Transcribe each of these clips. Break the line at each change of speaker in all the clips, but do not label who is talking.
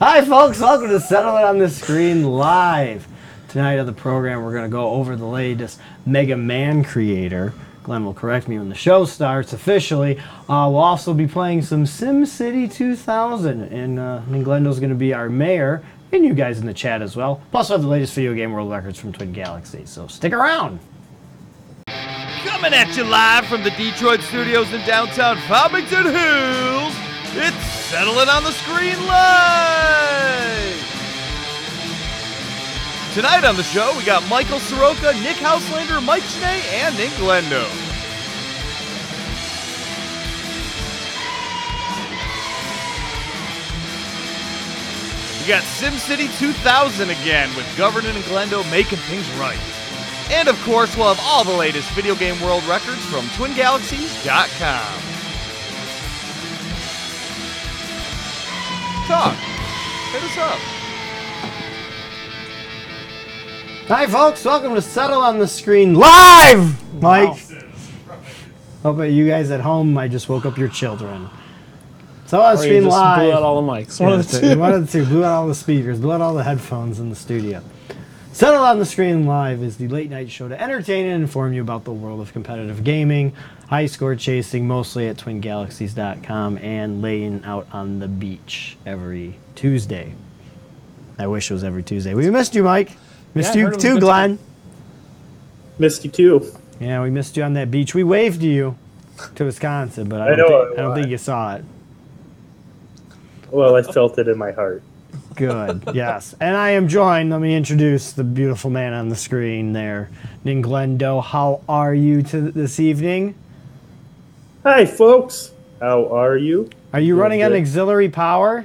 Hi, folks. Welcome to Settle It on the Screen live. Tonight on the program, we're going to go over the latest Mega Man creator. Glenn will correct me when the show starts officially. Uh, we'll also be playing some SimCity 2000, and uh, I think Glendo's going to be our mayor, and you guys in the chat as well. Plus, we'll have the latest video game world records from Twin Galaxies. So stick around.
Coming at you live from the Detroit studios in downtown Farmington Hills, it's Settle It on the Screen Live! Tonight on the show, we got Michael Soroka, Nick Houselander, Mike Schnee, and Nick Glendo. We got SimCity 2000 again with Governor and Glendo making things right. And of course, we'll have all the latest video game world records from twingalaxies.com. Talk. Hit us up.
Hi, folks. Welcome to Settle on the Screen live. Mike. How about you guys at home? I just woke up your children. So on
Or you
Screen
just blew out
live.
all the mics. One of the two.
One of the two. Blew out all the speakers. Blew out all the headphones in the studio. Settle on the Screen Live is the late night show to entertain and inform you about the world of competitive gaming, high score chasing, mostly at twingalaxies.com, and laying out on the beach every Tuesday. I wish it was every Tuesday. We missed you, Mike. Missed
I
you
heard it was
too,
missed.
Glenn.
Missed you too.
Yeah, we missed you on that beach. We waved to you to Wisconsin, but I
I
don't,
know,
thi-
I
I don't
lied.
think you saw it.
Well, I felt it in my heart.
Good. yes. And I am joined. Let me introduce the beautiful man on the screen there, Ninglendo. How are you to this evening?
Hi, folks. How are you?
Are you
Doing
running on
good.
auxiliary power?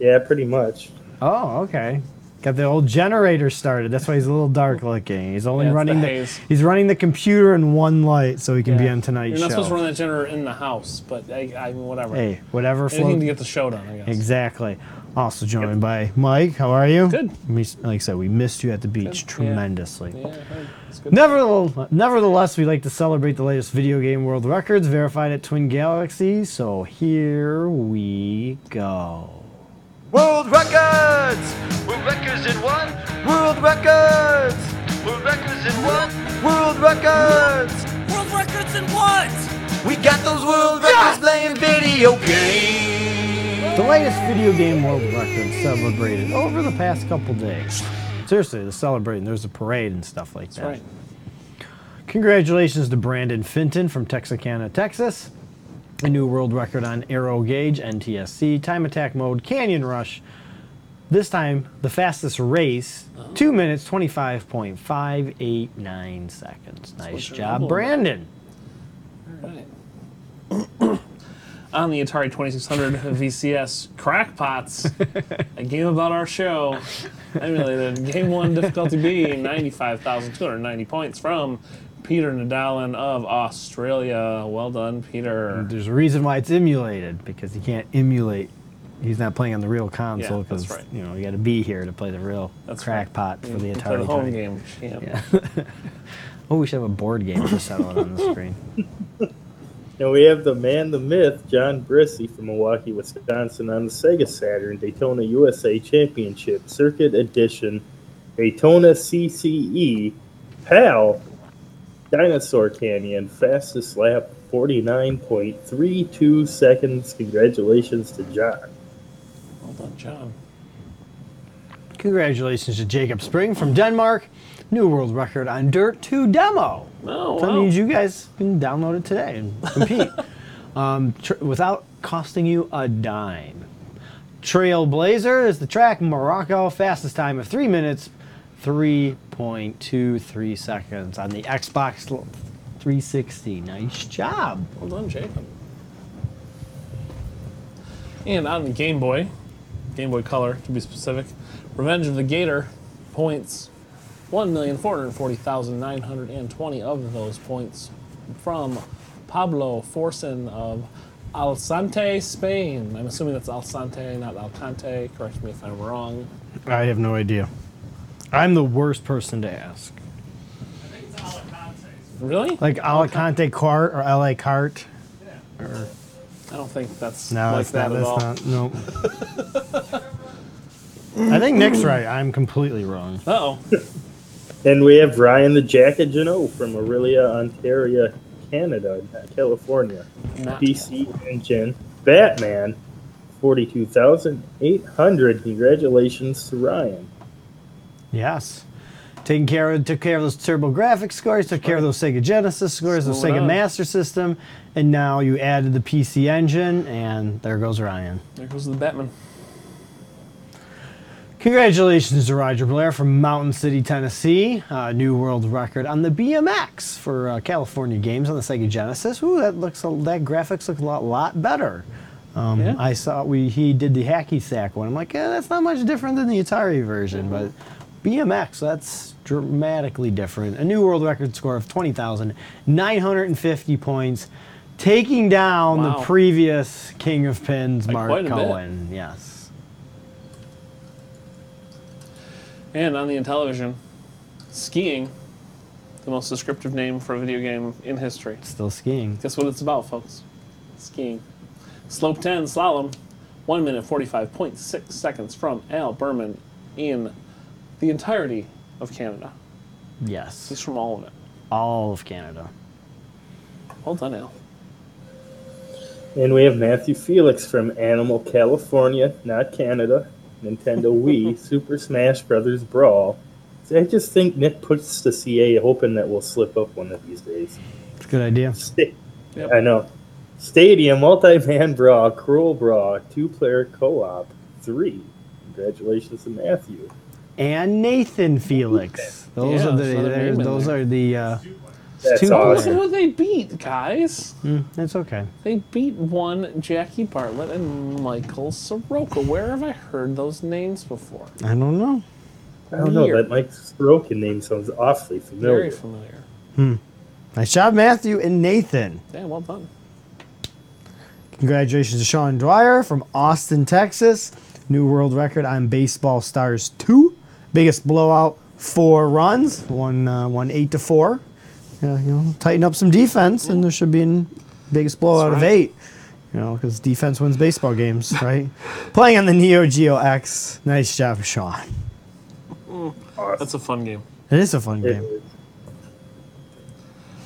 Yeah, pretty much.
Oh, okay. Got the old generator started. That's why he's a little dark looking. He's only
Yeah, it's the
running the,
haze.
he's running the computer in one light so he can be on tonight's
You're not
show.
supposed to run the generator in the house, but I, I mean, whatever.
hey, whatever
Anything
floats
to get the show done, I guess.
Exactly. Also joined by Mike. How are you?
Good.
We- Like I said, we missed you at the beach
Good, yeah.
tremendously.
Yeah, hey, it's good.
Nevertheless, nevertheless, we like to celebrate the latest video game world records verified at Twin Galaxy. So here we go.
World records! World records in one. World records! World records in one. World records!
World records in what?
We got those world records playing video games.
The latest video game world records celebrated over the past couple days. Seriously, they're celebrating. There's a parade and stuff like that.
That's right.
Congratulations to Brandon Finton from Texarkana, Texas. A new world record on Aero Gauge, NTSC, time attack mode, Canyon Rush. This time, the fastest race,
Oh.
2 minutes 25.589 seconds. Nice
your
job,
level.
Brandon.
All right. On the Atari 2600 VCS Crackpots, a game about our show, emulated Game 1 difficulty B, 95,290 points from Peter Nadalin of Australia. Well done, Peter.
There's a reason why it's emulated because he can't emulate. He's not playing on the real console
that's
because
right.
you know you got to be here to play the real
That's right.
crackpot for the
Play
Atari.
the
20.
home game. Yeah.
Oh, we should have a board game to settle it on the screen.
And we have the man, the myth, John Brissy from Milwaukee, Wisconsin, on the Sega Saturn Daytona USA Championship Circuit Edition, Daytona CCE, PAL, Dinosaur Canyon, fastest lap, 49.32 seconds. Congratulations to John.
Well done, John.
Congratulations to Jacob Spring from Denmark. New world record on Dirt 2 demo.
Oh,
That
wow.
means you guys can download it today and compete um, tr- without costing you a dime. Trailblazer is the track Morocco, fastest time of 3 minutes 3.23 seconds on the Xbox 360. Nice job.
Well done, Jacob. And on the Game Boy, Game Boy Color to be specific, Revenge of the Gator points 1,440,920 of those points from Pablo Forsen of Alsante, Spain. I'm assuming that's Alsante, not Alcante. Correct me if I'm wrong.
I have no idea. I'm the worst person to ask.
Really?
Like Alicante Cart or LA Cart?
I don't think that's
No,
like
that's
that
not.
at all.
That's not. Nope. I think Nick's right. I'm completely wrong.
Uh-oh.
And we have Ryan the Jacket Geno from Aurelia, Ontario, Canada, not California.
Not-
DC Engine, Batman, 42,800. Congratulations to Ryan.
Yes. Taking care of took care of those Turbo Graphics scores, took care of those Sega Genesis scores, those
Slow it
Sega
up.
Master System, and now you added the PC Engine, and there goes Ryan.
There goes the Batman.
Congratulations to Roger Blair from Mountain City, Tennessee. Uh, new world record on the BMX for uh, California games on the Sega Genesis. Ooh, that looks a, that graphics looks a lot, lot better. Um,
Yeah.
I saw we he did the hacky sack one. I'm like, eh, that's not much different than the Atari version, but BMX that's dramatically different. A new world record score of 20,950 points, taking down the
Wow.
previous King of Pins,
By
Mark
quite a bit.
Cohen. Yes.
And on the Intellivision, skiing, the most descriptive name for a video game in history.
Still skiing.
Guess what it's about, folks? Skiing. Slope 10 slalom, 1 minute 45.6 seconds from Al Berman in the entirety of Canada.
Yes.
He's from all of it.
all of Canada.
Well done, Al.
And we have Matthew Felix from Animal, California, not Canada, Nintendo Wii, Super Smash Brothers Brawl. See, I just think Nick puts the CA hoping that we'll slip up one of these days.
It's a good idea.
Sta-
Yep.
I know. Stadium, multi man brawl, cruel brawl, two player co op, three. Congratulations to Matthew.
And Nathan Felix. Those
Yeah,
are the
there's another
they're-
name in
those
there.
are the. Uh,
That's
two
awesome.
players.
Listen what they beat, guys.
Mm, that's okay.
They beat one Jackie Bartlett and Michael Soroka. Where have I heard those names before?
I don't know.
I don't know,
Weird.
that Mike Sorokin name sounds awfully
Very
familiar.
familiar.
Nice job, Matthew and Nathan.
Yeah, well done.
Congratulations to Sean Dwyer from Austin, Texas. New world record on Baseball Stars 2. Biggest blowout, four runs, one, uh, one eight to four. Yeah, you know, tighten up some defense, and there should be a biggest blowout of
right.
eight. You know, because defense wins baseball games, right? Playing on the Neo Geo X. Nice job, Sean.
That's a fun game.
It is a fun
It
game.
is.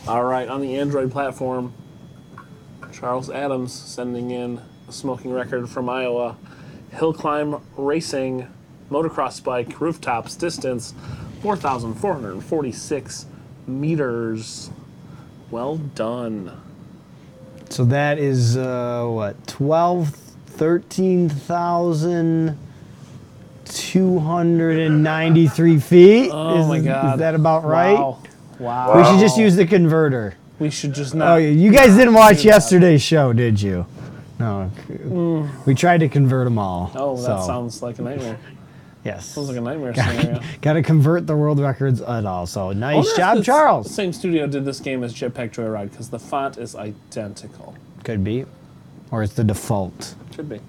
All right, on the Android platform, Charles Adams sending in a smoking record from Iowa. Hill climb racing, motocross bike, rooftops, distance 4,446 meters. Well done.
So that is uh, what 12, 13,293 feet.
Oh
is,
my God.
Is that about right?
Wow. wow.
We should just use the converter.
We should just
Oh,
not.
yeah, you guys didn't watch
that.
yesterday's show, did you? No. We tried to convert them all.
Mm. Oh, that
so,
sounds like a nightmare.
Yes.
Sounds like a nightmare scenario.
Got to convert the world records at all. So
I wonder
nice
if
job,
this-
Charles.
Same studio did this game as Jetpack Joyride because the font is identical.
Could be. Or it's the default.
Should be.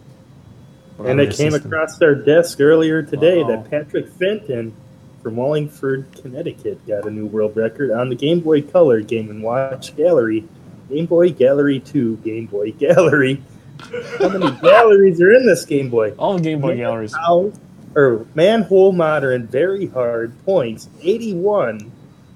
And I came
System.
across our desk earlier today
Uh-oh.
that Patrick Fenton from Wallingford, Connecticut got a new world record on the Game Boy Color Game and Watch Gallery. Game Boy Gallery 2, Game Boy Gallery. How many galleries are in this Game Boy?
All the Game Boy galleries.
How, or Manhole Modern, very hard points, 81.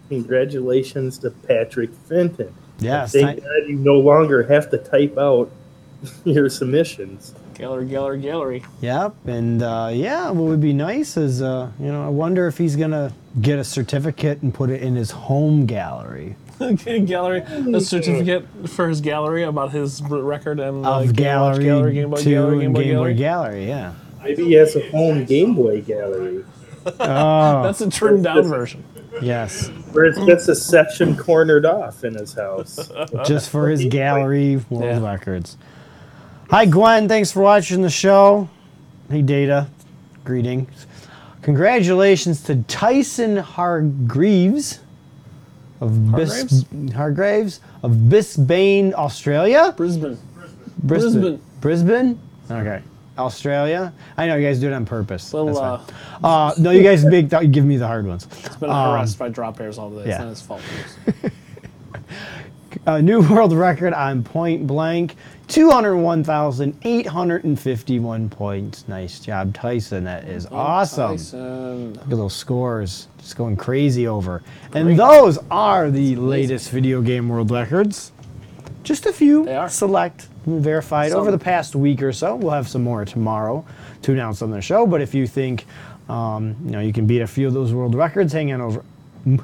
Congratulations to Patrick Fenton.
Yes.
Thank
ni-
God you no longer have to type out your submissions.
Gallery, gallery, gallery.
Yep, and uh, yeah, what would be nice is, uh, you know, I wonder if he's gonna get a certificate and put it in his home gallery
gallery. A certificate for his gallery about his r- record and uh,
of
Game Watch
gallery,
gallery, Game Boy
two
gallery, Game
and
Boy
Game
gallery.
Boy gallery. Yeah.
Maybe he has a home Game Boy gallery
Oh,
That's a trimmed down version.
yes,
where it's just a section cornered off in his house.
just for his gallery world
Uh, Yeah.
records. Hi, Gwen. Thanks for watching the show. Hey, Data. Greetings. Congratulations to Tyson Hargreaves of Bis- Hargraves of Bisbane, Australia.
Brisbane.
Brisbane. Brisbane? Okay. Australia? I know you guys do it on purpose.
Little,
That's
uh,
fine. Uh, no, you guys big th- give me the hard ones. Um,
it's been harassed by drop airs all day. It's
yeah.
not his fault.
a Uh, new world record on point blank 201,851 points. Nice job, Tyson. That is awesome.
Tyson.
Look at those scores. Just going crazy over. And those are the latest video game world records. Just a few
They are.
select and verified over
Some.
the past week or so. We'll have some more tomorrow to announce on the show. But if you think um, you know you can beat a few of those world records, hang on over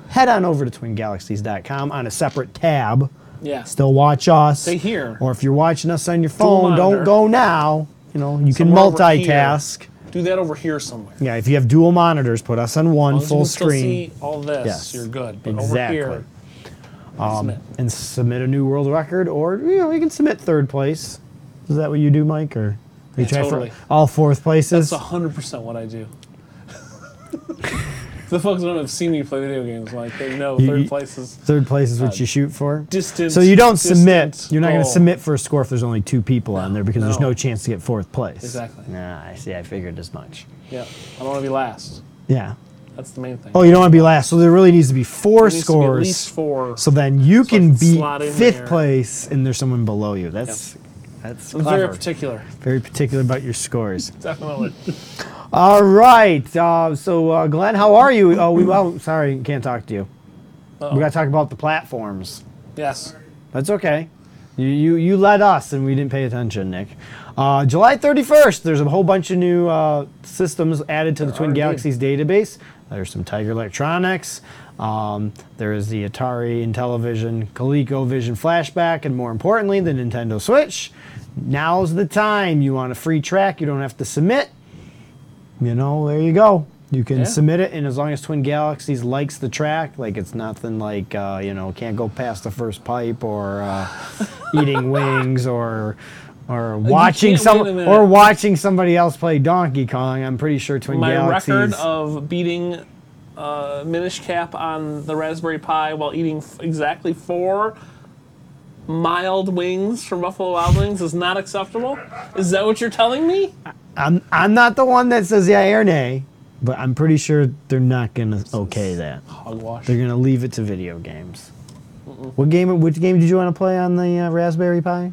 head on over to twingalaxies.com on a separate tab.
Yeah.
Still watch us.
Stay here.
Or if you're watching us on your phone,
monitor.
don't go now. You know, you
Somewhere
can
over here.
multitask.
Do that over here somewhere.
Yeah, if you have dual monitors, put us on one
As long
full
as you can still
screen.
see all this,
Yes.
you're good. But
Exactly. Um,
over here, submit.
and submit a new world record, or you know, you can submit third place. Is that what you do, Mike? Or you try
totally.
for all fourth places?
That's hundred percent what I do. the folks that don't have seen me play video games, like they know
You-
third
you-
place is
Third place is what you shoot for.
uh, distance.
So you don't submit.
distance
You're not going to
goal.
submit for a score if there's only two people on there because there's
no.
no chance to get fourth place.
Exactly.
Nah, I see. I figured as much.
Yeah, I don't want to be last.
Yeah.
That's the main thing.
Oh, you don't want to be last. So there really needs to be four
There needs to be
scores.
at least four.
So then you
I
can
can
beat
slot in
fifth
there.
place, and there's someone below you. That's that's
I'm
clever.
very particular.
Very particular about your scores.
Definitely.
All right. Uh, so uh, Glenn, how are you? Oh, we well, sorry, can't talk to you.
Uh-oh.
We got to talk about the platforms.
yes.
That's okay. You, you you led us, and we didn't pay attention, Nick. Uh, July 31st, there's a whole bunch of new uh, systems added to the Twin
are, indeed.
Galaxies database. There's some Tiger Electronics. Um, there is the Atari Intellivision ColecoVision Flashback, and more importantly, the Nintendo Switch. Now's the time. You want a free track? You don't have to submit. You know, there you go. You can
Yeah.
submit it, and as long as Twin Galaxies likes the track, like it's nothing like uh, you know can't go past the first pipe or uh, eating wings or or watching
can't-
some
wait a minute.
or watching somebody else play Donkey Kong. I'm pretty sure Twin
My record
Galaxies.
of beating uh, Minish Cap on the Raspberry Pi while eating f- exactly four mild wings from Buffalo Wild Wings is not acceptable. Is that what you're telling me?
I'm I'm not the one that says yeah or nay, but I'm pretty sure they're not gonna okay that.
Hogwash.
They're gonna leave it to video games. What game? Which game did you want to play on the uh, Raspberry Pi?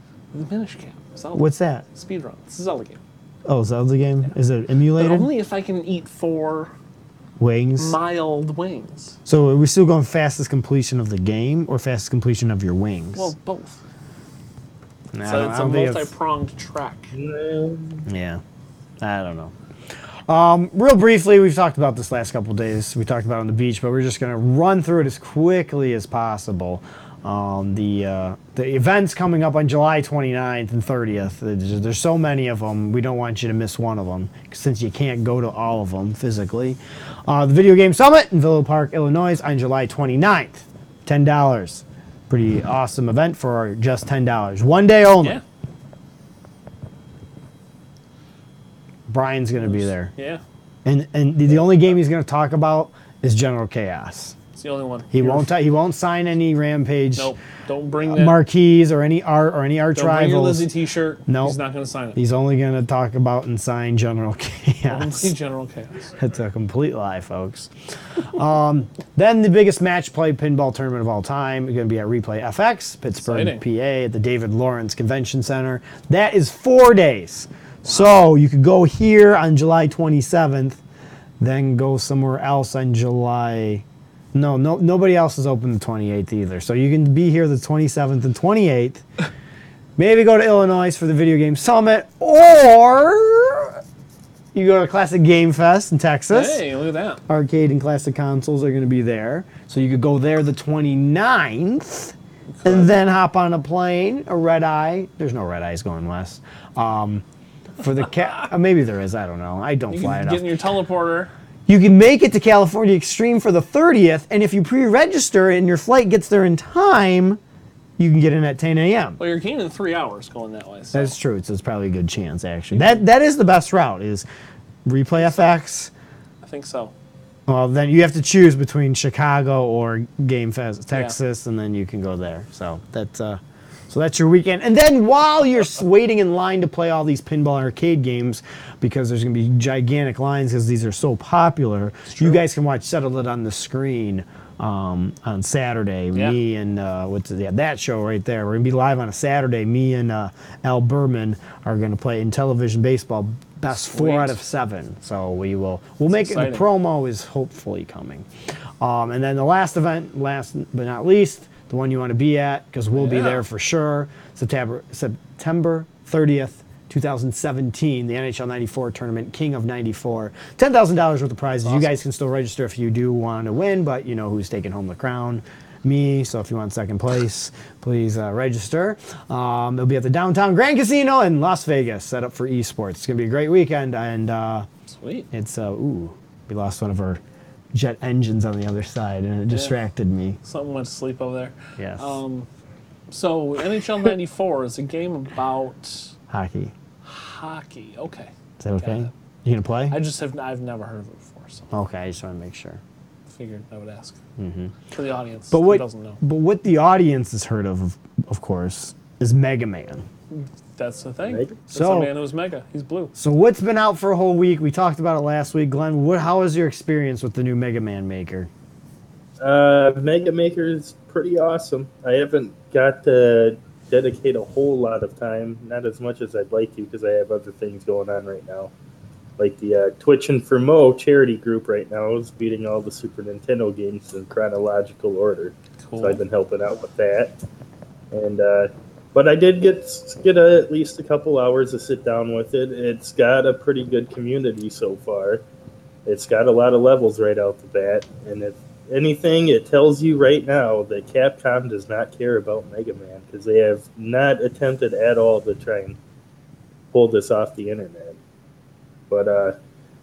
Minish Cap. Zelda.
What's that?
Speedrun. It's a Zelda game.
Oh, is that the game? Is it
But
emulated?
only if I can eat four
Wings.
mild wings.
So are we still going fastest completion of the game or fastest completion of your wings?
Well, both.
Nah, I
So
don't-
it's
I
a
don't think
multi pronged track.
it's- Yeah, I don't know. Um, real briefly, we've talked about this last couple days. We talked about it on the beach, but we're just going to run through it as quickly as possible. Um, the uh, the events coming up on July 29th and 30th. There's, there's so many of them. We don't want you to miss one of them since you can't go to all of them physically. Uh, the Video Game Summit in Villa Park, Illinois, on July 29th. Ten dollars. Pretty awesome event for just ten dollars. One day only.
Yeah.
Brian's going to be there.
Yeah.
And and the, the only game he's going to talk about is General Chaos.
It's the only one.
He won't Uh, ta- he won't sign any Rampage
Nope. Don't bring that.
marquees or any art or any arch
don't bring your
rivals.
Lizzie t shirt.
Nope.
He's not going to sign it.
He's only going to talk about and sign General
Only
Chaos.
General Chaos.
That's a complete lie, folks. um, then the biggest match play pinball tournament of all time is going to be at Replay FX, Pittsburgh,
Exciting.
PA, at the David Lawrence Convention Center. That is four days. So you could go here on July 27th, then go somewhere else on July. No, no, nobody else is open the 28th either. So you can be here the 27th and 28th. Maybe go to Illinois for the Video Game Summit, or you go to Classic Game Fest in Texas
Hey, look at that.
arcade and classic consoles are going to be there. So you could go there the 29th and then hop on a plane, a red eye. There's no red eyes going west. Um, for the ca- uh, maybe there is. I don't know. I don't
You
fly
can
enough.
get in your teleporter.
you can make it to California Extreme for the 30th, and if you pre-register and your flight gets there in time, you can get in at 10 a.m.
Well, you're getting in three hours going that way. So.
That's true. It's, it's probably a good chance actually. That that is the best route is replay FX.
I think so.
Well, then you have to choose between Chicago or Game Fest, Texas, and then you can go there. So that's uh, so that's your weekend. And then while you're s- waiting in line to play all these pinball arcade games, because there's going to be gigantic lines because these are so popular, you guys can watch Settle It on the screen um, on Saturday.
Yeah.
Me and uh, what's yeah, that show right there. We're gonna be live on a Saturday. Me and uh, Al Berman are gonna play in television baseball. Best
Sweet.
four out of seven. So we will we'll make it. The
exciting.
promo is hopefully coming, um, and then the last event, last but not least, the one you want to be at because we'll be
Yeah.
there for sure. September September thirtieth. 2017, the NHL 94 tournament, King of 94, $10,000 worth of prizes. You guys can still register if you do want to win, but you know who's taking home the crown? Me. So if you want second place, please uh, register. Um, it'll be at the downtown Grand Casino in Las Vegas, set up for esports. It's gonna be a great weekend, and uh,
Sweet.
it's uh, ooh, we lost one of our jet engines on the other side, and it distracted me.
Something went to sleep over there.
Yes,
Um, so NHL '94 is a game about
hockey.
hockey. Okay.
Is that okay?
it.
You gonna play?
I just have I've never heard of it before, so
okay, I just want to make sure.
I figured I would ask for the
Mm-hmm.
audience
But
who
what?
doesn't know.
But what the audience has heard of, of course, is Mega Man.
That's the thing.
Right.
That's
So-
the man who's mega. He's blue.
So what's been out for a whole week? We talked about it last week, Glenn. What? How was your experience with the new Mega Man maker?
Uh, Mega Maker is pretty awesome. I haven't got to dedicate a whole lot of time, not as much as I'd like to, because I have other things going on right now. Like the uh, Twitch and for Mo charity group right now is beating all the Super Nintendo games in chronological order,
Cool.
so I've been helping out with that. And uh, but I did get get a, at least a couple hours to sit down with it. It's got a pretty good community so far. It's got a lot of levels right out the bat, and if anything, it tells you right now that Capcom does not care about Mega Man because they have not attempted at all to try and pull this off the internet. But uh,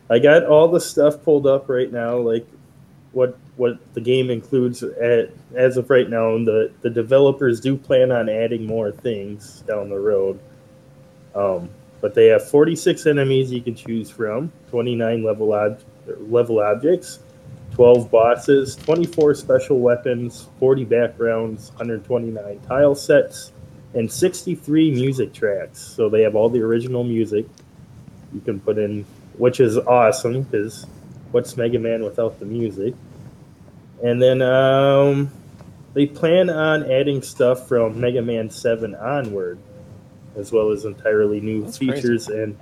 I got all the stuff pulled up right now, like what what the game includes at, as of right now. And the the developers do plan on adding more things down the road. Um, but they have 46 enemies you can choose from, 29 level ob- level objects, 12 bosses, 24 special weapons, 40 backgrounds, 129 tile sets, and 63 music tracks. So they have all the original music you can put in, which is awesome because what's Mega Man without the music? And then um, they plan on adding stuff from Mega Man 7 onward, as well as entirely new
That's crazy.
features and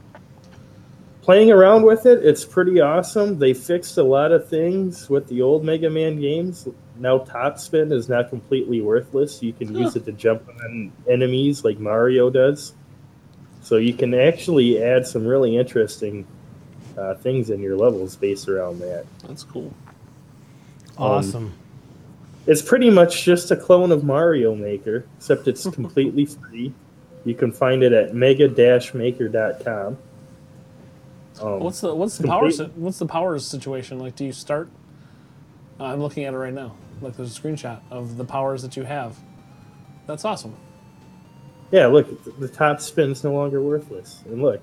playing around with it, it's pretty awesome. They fixed a lot of things with the old Mega Man games. Now topspin is not completely worthless. You can use it to jump on enemies like Mario does. So you can actually add some really interesting uh, things in your levels based around that.
That's cool.
Um,
Awesome.
It's pretty much just a clone of Mario Maker, except it's completely free. You can find it at mega-maker.com. Um,
What's the what's the power
Complete-
si- what's the power situation like? Do you start? Uh, I'm looking at it right now. Like there's a screenshot of the powers that you have. That's awesome.
Yeah, look, th- the top spin's no longer worthless. And look,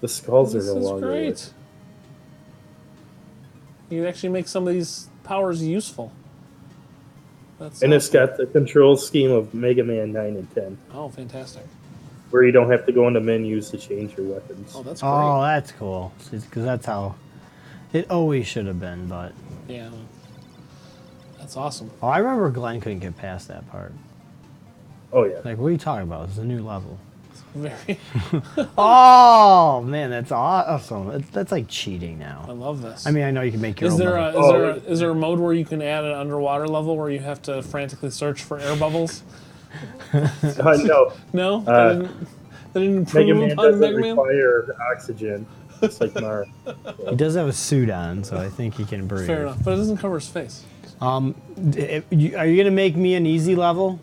the skulls
This
are no
is
longer worthless.
great. You actually make some of these powers useful. That's
And it's
awesome.
got the control scheme of Mega Man 9 and 10,
oh fantastic.
where you don't have to go into menus to change your weapons.
Oh, that's great.
Oh, that's cool. Because that's how it always should have been. But
Yeah, that's awesome.
oh, I remember Glenn couldn't get past that part.
Oh, yeah.
Like, what are you talking about? It's a new level.
Very.
Oh man, that's awesome. That's, that's like cheating
I
now.
love this.
I mean, I know you can make your
Is
own.
there, a,
level.
is,
Oh,
there a,
wait.
is there a mode where you can add an underwater level where you have to frantically search for air bubbles?
Uh, no,
No,
Uh,
they didn't, they didn't improve
Mega Man
on
doesn't
Mega Man.
require oxygen. It's like Mario.
he does have a suit on, so I think he can breathe.
Fair enough, but it doesn't cover his face.
Um, d- if you- are you gonna make me an easy level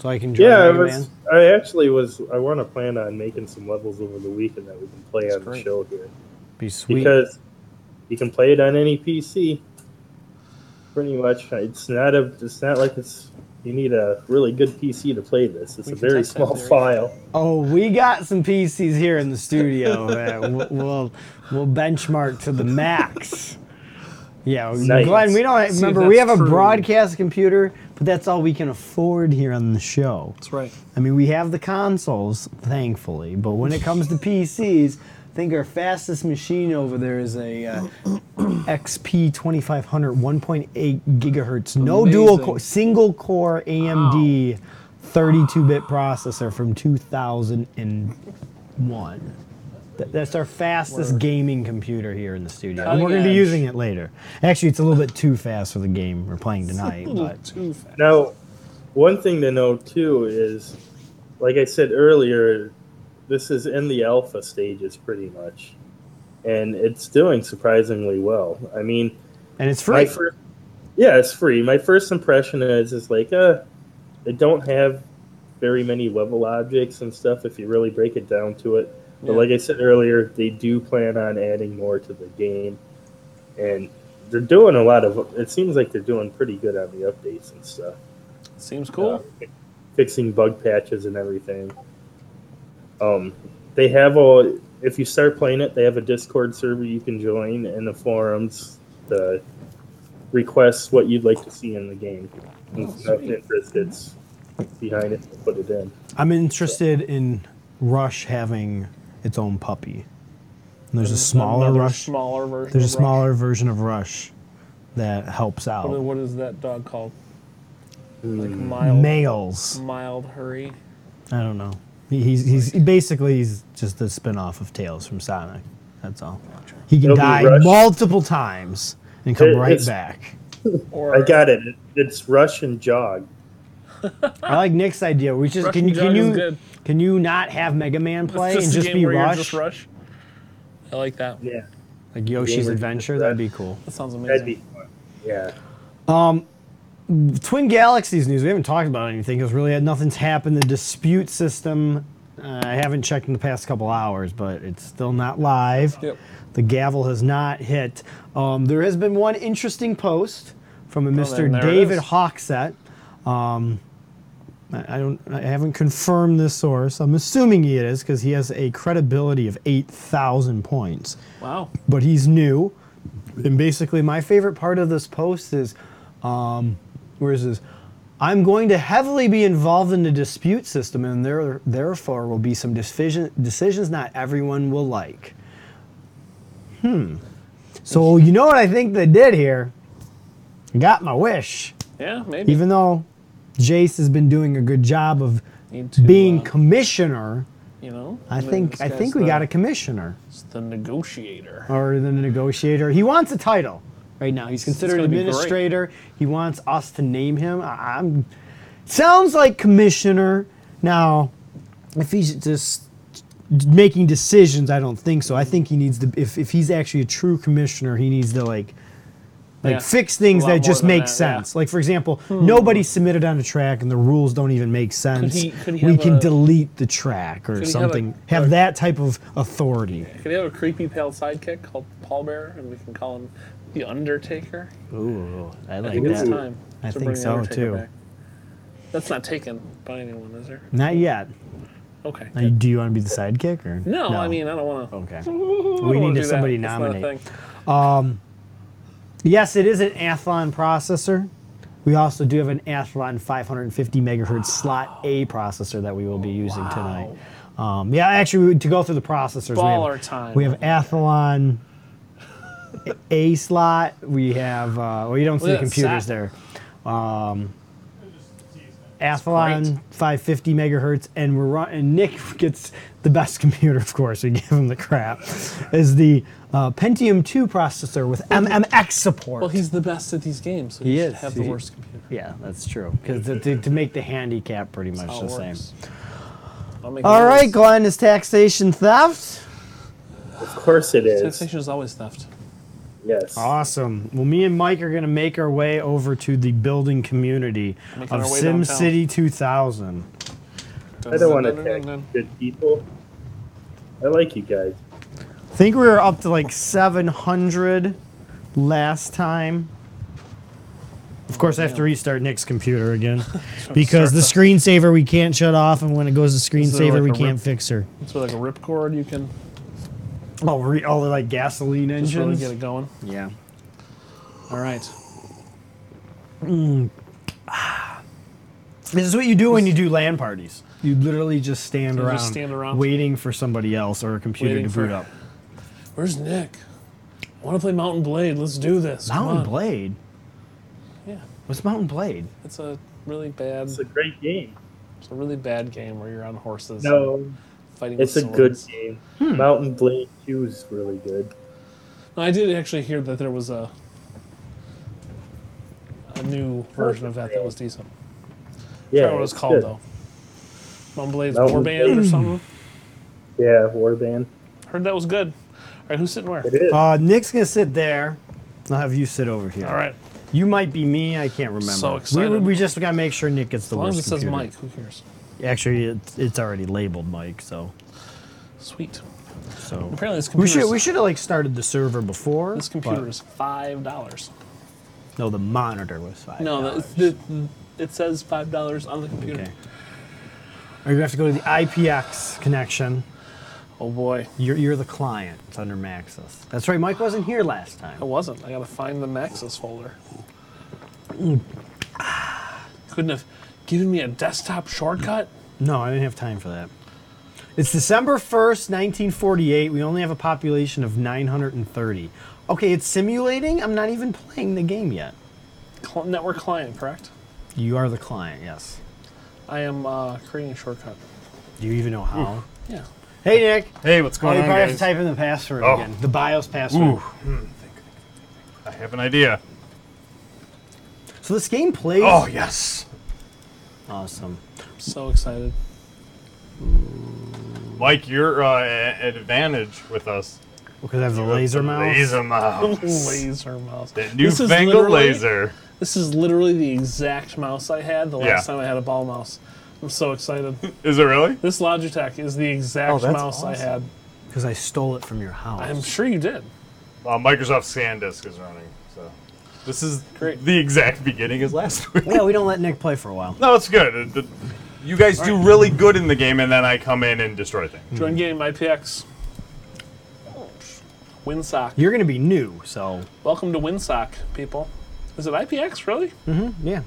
so I can join
yeah, I
Mega
was.
Man?
I actually was. I want to plan on making some levels over the weekend that we can play on the
great.
show here.
Be sweet.
because you can play it on any PC. Pretty much, it's not a. It's not like it's. You need a really good PC to play this. It's
We
a
can
very
test that
small
theory.
file.
oh, we got some PCs here in the studio that w- we'll we'll benchmark to the max. Yeah,
Nice.
Glenn, we don't
See if
remember we
that's
have a
true.
broadcast computer, but that's all we can afford here on the show.
That's right.
I mean, we have the consoles, thankfully, but when it comes to PCs, think our fastest machine over there is a uh, XP 2500 1.8 gigahertz, no dual
Amazing.
core, single core AMD 32 bit processor from 2001. Th- That's our fastest
Word.
gaming computer here in the studio.
Cutting
and we're going to be
edge.
using it later. Actually, it's a little bit too fast for the game we're playing tonight.
A little
but
too fast.
Now, one thing to note too is, like I said earlier, this is in the alpha stages pretty much, and it's doing surprisingly well. I mean,
And it's
my
free.
first, yeah, it's free. My first impression is is like, uh, they don't have very many level objects and stuff if you really break it down to it. But
Yeah.
like I said earlier, they do plan on adding more to the game, and they're doing a lot of. It seems like they're doing pretty good on the updates and stuff
Seems cool.
uh, fixing bug patches and everything. Um, they have a if you start playing it, they have a Discord server you can join and the forums the requests what you'd like to see in the game. And
Oh,
stuff
sweet.
that Chris gets behind it and put it in.
I'm interested in Rush having its own puppy. And there's a smaller
Another
Rush.
Smaller version.
There's a
of Rush.
smaller version of Rush that helps
What,
out.
what is that dog called? Like
Mm.
mild,
Males.
mild hurry.
I don't know. He- He's, he's basically he's just a spin-off of Tails from Sonic. That's all. He can
It'll be
die
Rush.
multiple times and come
It-
right
it's-
back.
Or
I got it. It- It's Rush and Jog.
I like Nick's idea. We just
Rush
can
and
you can
Jog is
you
good.
can you not have Mega Man
It's
play
just
and
a
just
game
be
where you're
Rush?
just Rush. I like that.
Yeah,
like Yoshi's
Gamer
Adventure?
Rush.
That'd be cool.
That sounds amazing.
that'd be fun. Yeah.
Twin Galaxies news. We haven't talked about anything because really nothing's happened. The dispute system, uh, I haven't checked in the past couple hours, but it's still not live.
Yep.
The gavel has not hit. Um, there has been one interesting post from a Mr.
then Oh, there it
David
is.
Hawksett. I I don't. I haven't confirmed this source. I'm assuming he is because he has a credibility of eight thousand points
Wow.
but he's new. And basically, my favorite part of this post is, um, where is this? I'm going to heavily be involved in the dispute system, and there therefore will be some decision, decisions not everyone will like. Hmm. So you know what I think they did here? Got my wish.
Yeah, maybe.
Even though Jace has been doing a good job of
Need to,
being
uh,
commissioner,
you know.
I
maybe
think
this
I
guy's
think we
the-
got a commissioner
he's the negotiator.
or the negotiator. He wants a title right now. He's considered
gonna be great.
administrator. He wants us to name him. I- I'm sounds like commissioner. Now, if he's just making decisions, I don't think so. I think he needs to. If if he's actually a true commissioner, he needs to like. Like
Yeah.
fix
A
things
lot
that
more
just
than
make
that, yeah.
sense. Like for example, nobody submitted on a track, and the rules don't even make sense.
he- could he
we
have
can
a-
delete the track or
have a-
something. Have,
a-
that type of authority.
Could he have a creepy pale sidekick called Pallbearer, and we can call him the Undertaker?
Ooh, I
I
like
think it's
that.
time.
I
to
think
bring the
so,
Undertaker
too.
back. That's not taken by anyone, is there?
Not yet.
Okay.
Now, do you want to be the sidekick or
No, I mean I don't want to.
Okay.
We
Oh, need to somebody nominate. Yes, it is an Athlon processor. We also do have an Athlon 550 megahertz slot A processor that we will be using tonight. Um, yeah, actually, we- to go through the processors, we
Baller
have,
time.
we have Athlon A slot. We have uh, well, you don't see the
Look at that
computers
sat-
there. Um, Athlon 550 megahertz, and we're run- and Nick gets the best computer, of course. We give him the crap. Is the uh, Pentium 2 processor with MMX support.
Well, he's the best at these games, so he,
He
should
is.
have the
He-
worst computer.
yeah, that's true. Because to, to, to make the handicap pretty much
That's
the
how it
same.
works. I'll make
All
it
right,
worse.
Glenn, is taxation theft?
Of course it is.
Taxation is always theft.
Yes.
Ah.
Awesome. Well, me and Mike are going to make our way over to the building community
Making
of
our way downtown.
SimCity 2000.
I don't want to attack good people. I like you guys.
I think we were up to like 700 last time. Of course, I have to restart Nick's computer again because the screensaver we can't shut off, and when it goes to
Is there,
screensaver,
like,
we
a
can't
rip-
fix her.
So like a ripcord, you can
Oh, re- all the like gasoline
just really
engines.
get it going.
yeah.
All right.
This is what you do when you do land parties. You literally just stand,
You
around,
just stand around.
waiting for somebody else or a computer
Waiting
to boot
for-
up.
Where's Nick? I want to play Mountain Blade. Let's do this. Come
Mountain
on."
Blade.
Yeah,
What's Mountain Blade?
it's a really bad.
It's a great game.
It's a really bad game where you're on horses.
No,
and fighting.
it's a
with
good
swords.
game.
Hmm.
Mountain Blade 2 is really good.
No, I did actually hear that there was a a new version of that that was decent. I
Yeah,
forgot what it was
it's
called
good.
though. Mountain Blades
Mountain
War Band or something.
Yeah, Warband.
Heard that was good. All right, who's sitting where?
It is.
Uh, Nick's gonna sit there. I'll have you sit over here.
All right,
You might be me. I can't remember.
So
We- We,
excited.
just gotta make sure Nick gets the
as long as
worst
it says
computer.
Mike, who cares?
Actually, it's, it's already labeled Mike. So,
Sweet.
so
Apparently, this
we
computer.
should we should have like started the server before.
This computer is five dollars.
but- No, the monitor was five.
No,
dollars.
it's the, it says five dollars on the computer.
Okay. Or you have to go to the IPX connection.
Oh boy,
You're, you're the client. It's under Maxis. That's right. Mike wasn't here last time.
I wasn't. I gotta find the Maxis folder.
Mm.
Couldn't have given me a desktop shortcut.
No, I didn't have time for that. It's December 1st, 1948. We only have a population of 930. Okay, it's simulating. I'm not even playing the game yet.
Cl- network client, correct?
You are the client, yes.
I am uh, creating a shortcut.
Do you even know how?
Yeah.
Hey, Nick.
Hey, what's
Oh,
going
you
on,
probably have to
guys?
type in the password
Oh.
again. The BIOS password.
Ooh, I have an idea.
So this game plays.
Oh yes.
Awesome.
I'm so excited.
Mike, you're uh, a- at advantage with us.
Because I have the laser mouse.
Laser mouse.
laser mouse.
The
This is
newfangled
literally-
laser.
This is literally the exact mouse I had the last
Yeah.
time I had a ball mouse. I'm so excited.
Is it really?
this Logitech is the exact
that's
mouse I had.
Because I stole it from your house.
I'm sure you did.
Well, Microsoft SanDisk is running, so this is
Great.
the exact beginning as last week.
yeah, we don't let Nick play for a while.
No, it's good. It- it- you guys do really good in the game, and then I come in and destroy things.
Join game, IPX. Windsock.
You're going to be new, so
Welcome to Windsock, people. Is it IPX, really?
yeah.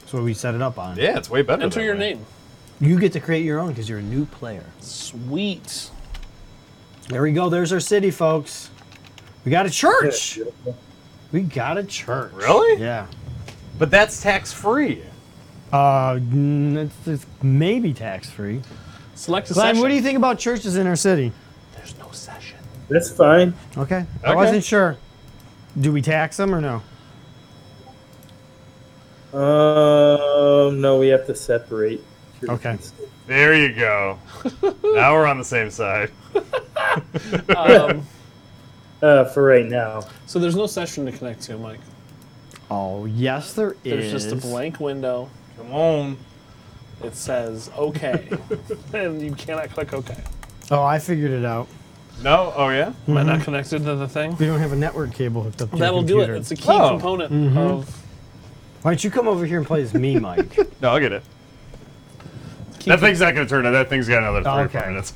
That's what we set it up on.
Yeah, it's way better.
Enter
that
your
way.
name.
You get to create your own because you're a new player.
Sweet.
There we go. There's our city, folks. We got a church. We got a church.
Really?
Yeah.
But that's tax free.
Uh, mm, it's, it's maybe tax free.
Select a
Glenn,
session.
what do you think about churches in our city?
There's no session.
That's fine.
Okay. I
Okay.
wasn't sure. Do we tax them or no?
Um, no, we have to separate.
Okay.
There you go. now we're on the same side.
Um,
Uh, for right now.
so there's no session to connect to, Mike.
Oh, yes, there is.
There's just a blank window.
Come on.
It says OK, and you cannot click OK. Am
Oh, I figured it out.
No? Oh yeah.
I not connected to the thing?
We don't have a network cable hooked up to
That'll
your
do it.
Mm-hmm. computer. Mm-hmm.
It's a key
Oh.
component of
Why don't you come over here and play as me, Mike?
No, I'll get it.
key
That thing's not gonna turn it. That thing's got another three or
Okay.
four minutes.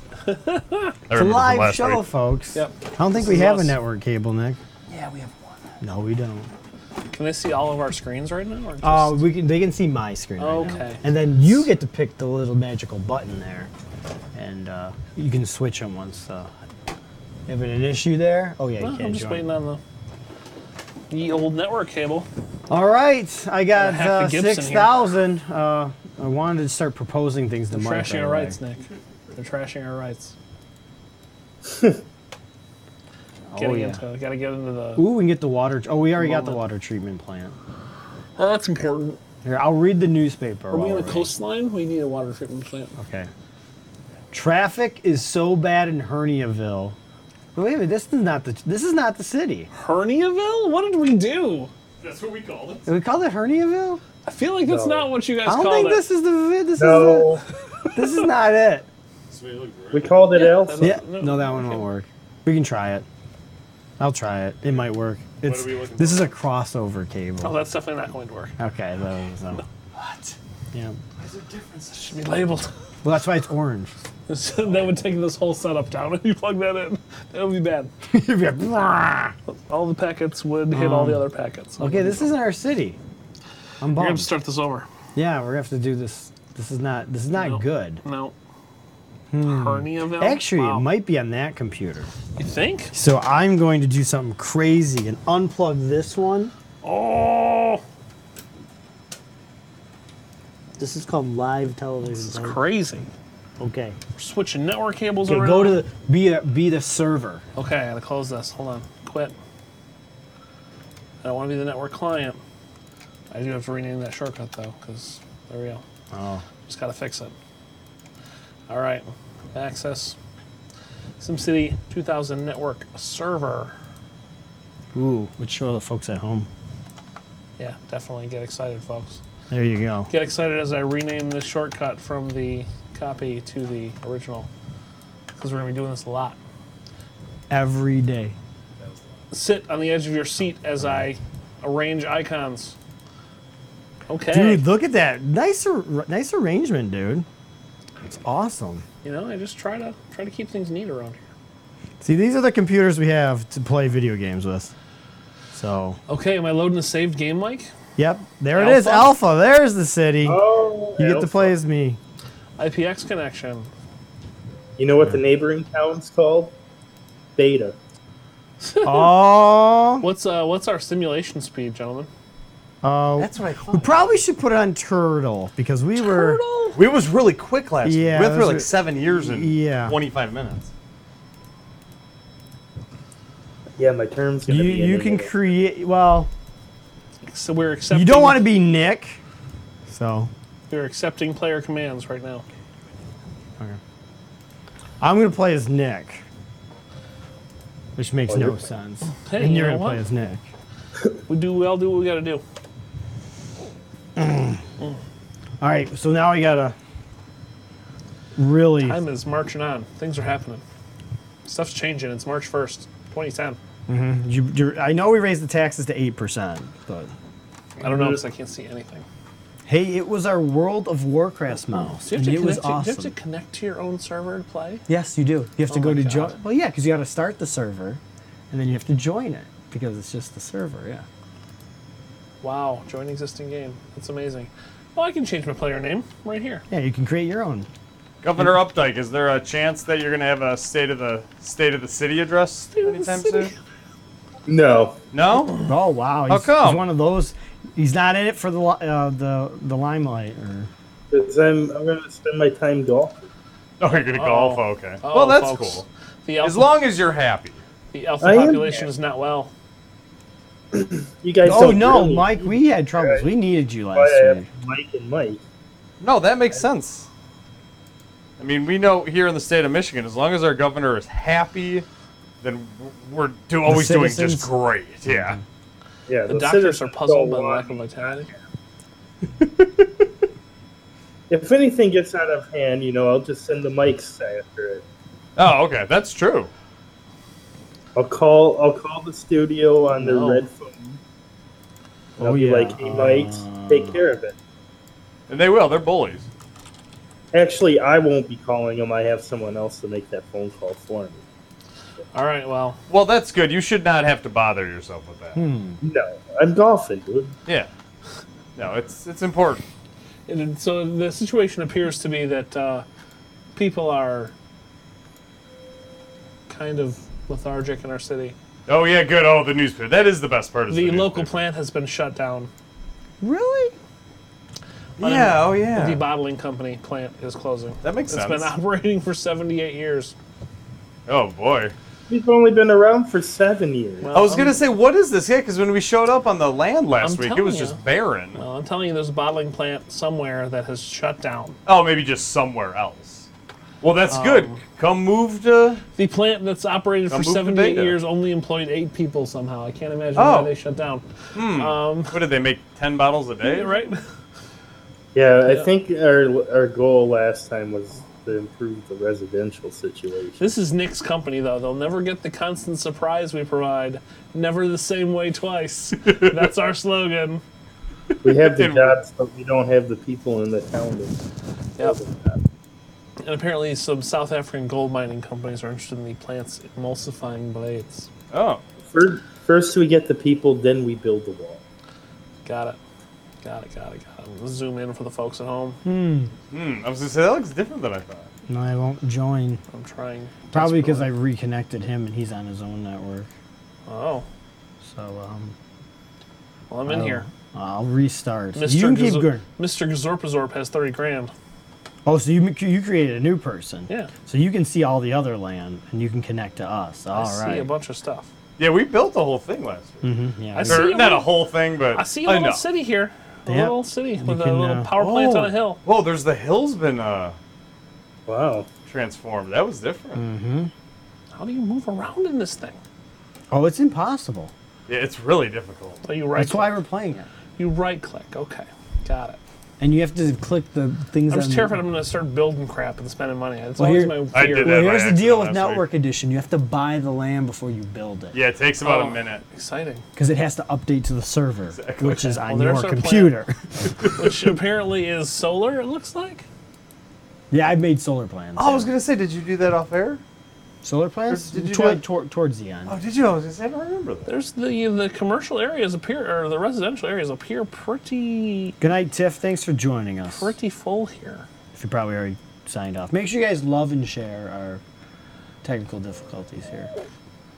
it's a live show, folks.
Yep.
I don't think
This
we
is
have a
us.
network cable, Nick.
Yeah, we have one.
No, we don't.
Can they see all of our screens right now? Or just...
Oh, we can, they can see my screen. right now.
Okay.
And then you get to pick the little magical button there, and uh, you can switch them once. Uh, having an issue there? Oh yeah,
No,
you
I'm
can't
just
join.
waiting on the the old network cable.
All right, I got
hack the
uh,
Gibson here.
six thousand. Uh, I wanted to start proposing things to
They're
Mark.
trashing
right
our
away.
rights, Nick. They're trashing our rights.
Oh
Getting
yeah.
into, gotta get into the.
Ooh, we can get the water. Oh, we already got the
Moment.
water treatment plant.
Oh, that's important.
Here, I'll read the newspaper.
Are we
while
on the
we're-
coastline? We need a water treatment plant.
Okay. Traffic is so bad in Herniaville. Wait a minute, this is not the this is not the city.
Herniaville? What did we do?
That's what we called it.
Did we call it Herniaville?
I feel like that's
No.
not what you guys
I don't
called
think
it.
this is the vi- this is
No,
the, this is not it.
we called it Elsa.
Yeah, no, that one won't work. We can try it. I'll try it. It might work. It's
are we looking
this
for?
is a crossover
Oh,
cable.
that's definitely not going to work.
Okay, so, so. what? Yeah.
It should be labeled.
Well, that's why it's orange.
So that would take this whole setup down if you plug that in. That would be bad.
You'd be like, "Blah."
All the packets would hit all the other packets.
Um, okay, this isn't our city. I'm
We're going to
bummed.
start this over.
Yeah, we're gonna have to do this. This is not this is not
No.
good.
No.
Hmm.
hernia valve.
Actually,
Wow.
it might be on that computer.
You think?
So I'm going to do something crazy and unplug this one.
Oh,
This is called live television.
it's
right?
crazy.
Okay.
We're switching network cables
Okay,
around.
go to the, be the, be the server.
Okay, I gotta close this. Hold on. Quit. I don't want to be the network client. I do have to rename that shortcut though, because there we go.
Oh.
Just gotta fix it. All right. Access. SimCity 2000 network server.
Ooh, which show the folks at home.
Yeah, definitely get excited, folks.
There you go.
Get excited as I rename this shortcut from the copy to the original, because we're gonna be doing this a lot.
Every day.
Sit on the edge of your seat as I arrange icons. Okay.
Dude, look at that. Nice, ar- nice arrangement, dude. It's awesome.
You know, I just try to try to keep things neat around here.
See, these are the computers we have to play video games with. So,
Okay, am I loading a saved game, Mike?
yep, there it is.
Alpha?
Alpha, there's the city.
Oh,
you get
Alpha.
to play as me.
IPX connection.
You know what the neighboring town's called? Beta.
Oh,
What's uh what's our simulation speed, gentlemen?
oh.
That's what I
we
thought.
probably should put it on Turtle because we were.
We was really quick last
Yeah,
year. We went
those
through like
are-
seven years in
Yeah.
25 minutes.
Yeah, my term's gonna
You
be. in
you
a
can
minute.
create. Well,
So we're accepting
you don't want to be Nick. So,
we're accepting player commands right now.
I'm gonna play as Nick, which makes
Oh,
no
you're-
sense.
Hey,
and
you
you're
know
gonna play
what?
as Nick.
We do we all do what we gotta do.
All right, so now I gotta really.
Time is marching on. Things are happening. Stuff's changing. It's March first, twenty ten.
You, you I know we raised the taxes to eight percent, but
I don't know because I can't see anything.
hey, it was our World of Warcraft mouse,
So you
and
have to
it
connect
was
to, do you have
awesome.
to connect to your own server to play?
Yes, you do. You have to
Oh
go
my
to join.
God.
Well, yeah, because you got to start the server, and then you have to join it because it's just the server. Yeah.
Wow, join existing game. That's amazing. Well, I can change my player name right here.
Yeah, you can create your own.
Governor Updike, is there a chance that you're gonna have a state of the state of the city address
of the
anytime
city.
soon?
No.
No.
Oh wow! He's, he's
come?
one of those. He's not in it for the li- uh, the the limelight. Or
'Cause I'm, I'm going to spend my time golfing.
Oh, you're gonna golf. Okay.
Oh,
well, that's
folks.
cool.
The
As
alpha,
long as you're happy.
the alpha
I am-
population is not well.
You guys
oh
don't
no,
really Oh,
Mike, we had troubles. We needed you
But I
last
have
week.
Mike and Mike.
No, that makes sense. I mean, we know here in the state of Michigan, as long as our governor is happy, then we're do, always doing just
citizens-
great. Yeah.
Yeah,
The
the
doctors are
citizens
puzzled
don't
by the
want-
lack of vitality.
If anything gets out of hand, you know, I'll just send the mics after it.
Oh, okay. That's true.
I'll call. I'll call the studio on their
No.
red phone. And I'll
Oh,
be
yeah.
like, "Hey, Mike, take care of it."
And they will. They're bullies.
Actually, I won't be calling them. I have someone else to make that phone call for me.
All right, well,
Well, that's good. You should not have to bother yourself with that.
No, I'm golfing, dude.
Yeah. No, it's it's important.
And so the situation appears to be that uh, people are kind of lethargic in our city.
Oh yeah, good. Oh, the newspaper. That is the best part of
The local
newspaper.
plant has been shut down.
Really?
Yeah. Oh
The
yeah.
bottling company plant is closing.
That makes
It's
sense.
been operating for 78 years.
Oh boy.
We've only been around for seven years.
I was gonna say, what is this? Yeah, because when we showed up on the land last
I'm
week, it
telling
was
ya.
just barren.
Well, I'm telling you, there's a bottling plant somewhere that has shut down.
Oh, maybe just somewhere else. Well, that's
Um,
good. Come move to.
The plant that's operated
Now
for
move to
78
Beta.
years only employed eight people somehow. I can't imagine
Oh. Hmm.
why they shut down. Um,
What did they make? Ten bottles a day,
Right?
Yeah,
Yeah.
I think our our goal last time was to improve the residential situation.
This is Nick's company, though. They'll never get the constant surprise we provide. Never the same way twice. That's our slogan.
We have the
Didn't work.
jobs, but we don't have the people in the town. to-
Yep. And apparently, some South African gold mining companies are interested in the plant's emulsifying blades.
Oh,
First, first we get the people, then we build the wall.
Got it. Got it, got it, got it. Let's zoom in for the folks at home.
hmm. I was gonna say that looks different than I thought.
No, I won't join.
I'm trying.
Probably because I reconnected him and he's on his own network.
Oh,
So um,
well, I'm in
I'll-
here.
I'll restart.
Mr.
You can keep
Gazor-
going.
Mr. Gazorpazorp has 30 grand.
Oh, so you m- you created a new person.
Yeah.
So you can see all the other land and you can connect to us. All
I
right.
see a bunch of stuff.
Yeah, we built the whole thing last week.
Mhm, yeah.
I
we-
Mm-hmm. see
Or
a
not a
little-
whole thing, but
I see a little
enough.
city here. A
Yep.
little city with
can,
a little
uh,
power plant on
Oh.
a hill.
Whoa, there's the hill's been uh,
Wow.
transformed. That was different.
Mm. How do you move around in this thing?
Oh, it's impossible.
Yeah, it's really difficult.
So you right
That's why
click.
we're playing it.
You right click. Okay. Got it.
And you have to click the things.
I'm just
on-
terrified I'm going to start building crap and spending money. It's
Well,
always
here-
my
I
fear.
did
Well,
that by
here's the deal with
accident last
Network Edition. You have to buy the land before you build it.
Yeah, it takes about
Oh,
a minute.
Exciting.
Because it has to update to the server,
Exactly.
which is on
Well, there's
your
our plan.
computer.
Which apparently is solar, it looks like.
yeah, I made solar plans.
Oh, I was
yeah.
gonna say, did you do that off air?
solar plans?
did you
Toward-
not-
toward- towards the end.
Oh, did you? I was gonna say, I don't remember that.
There's the the commercial areas appear, or the residential areas appear pretty,
Good night, Tiff. Thanks for joining us.
pretty full here.
If you probably already signed off. Make sure you guys love and share our technical difficulties here.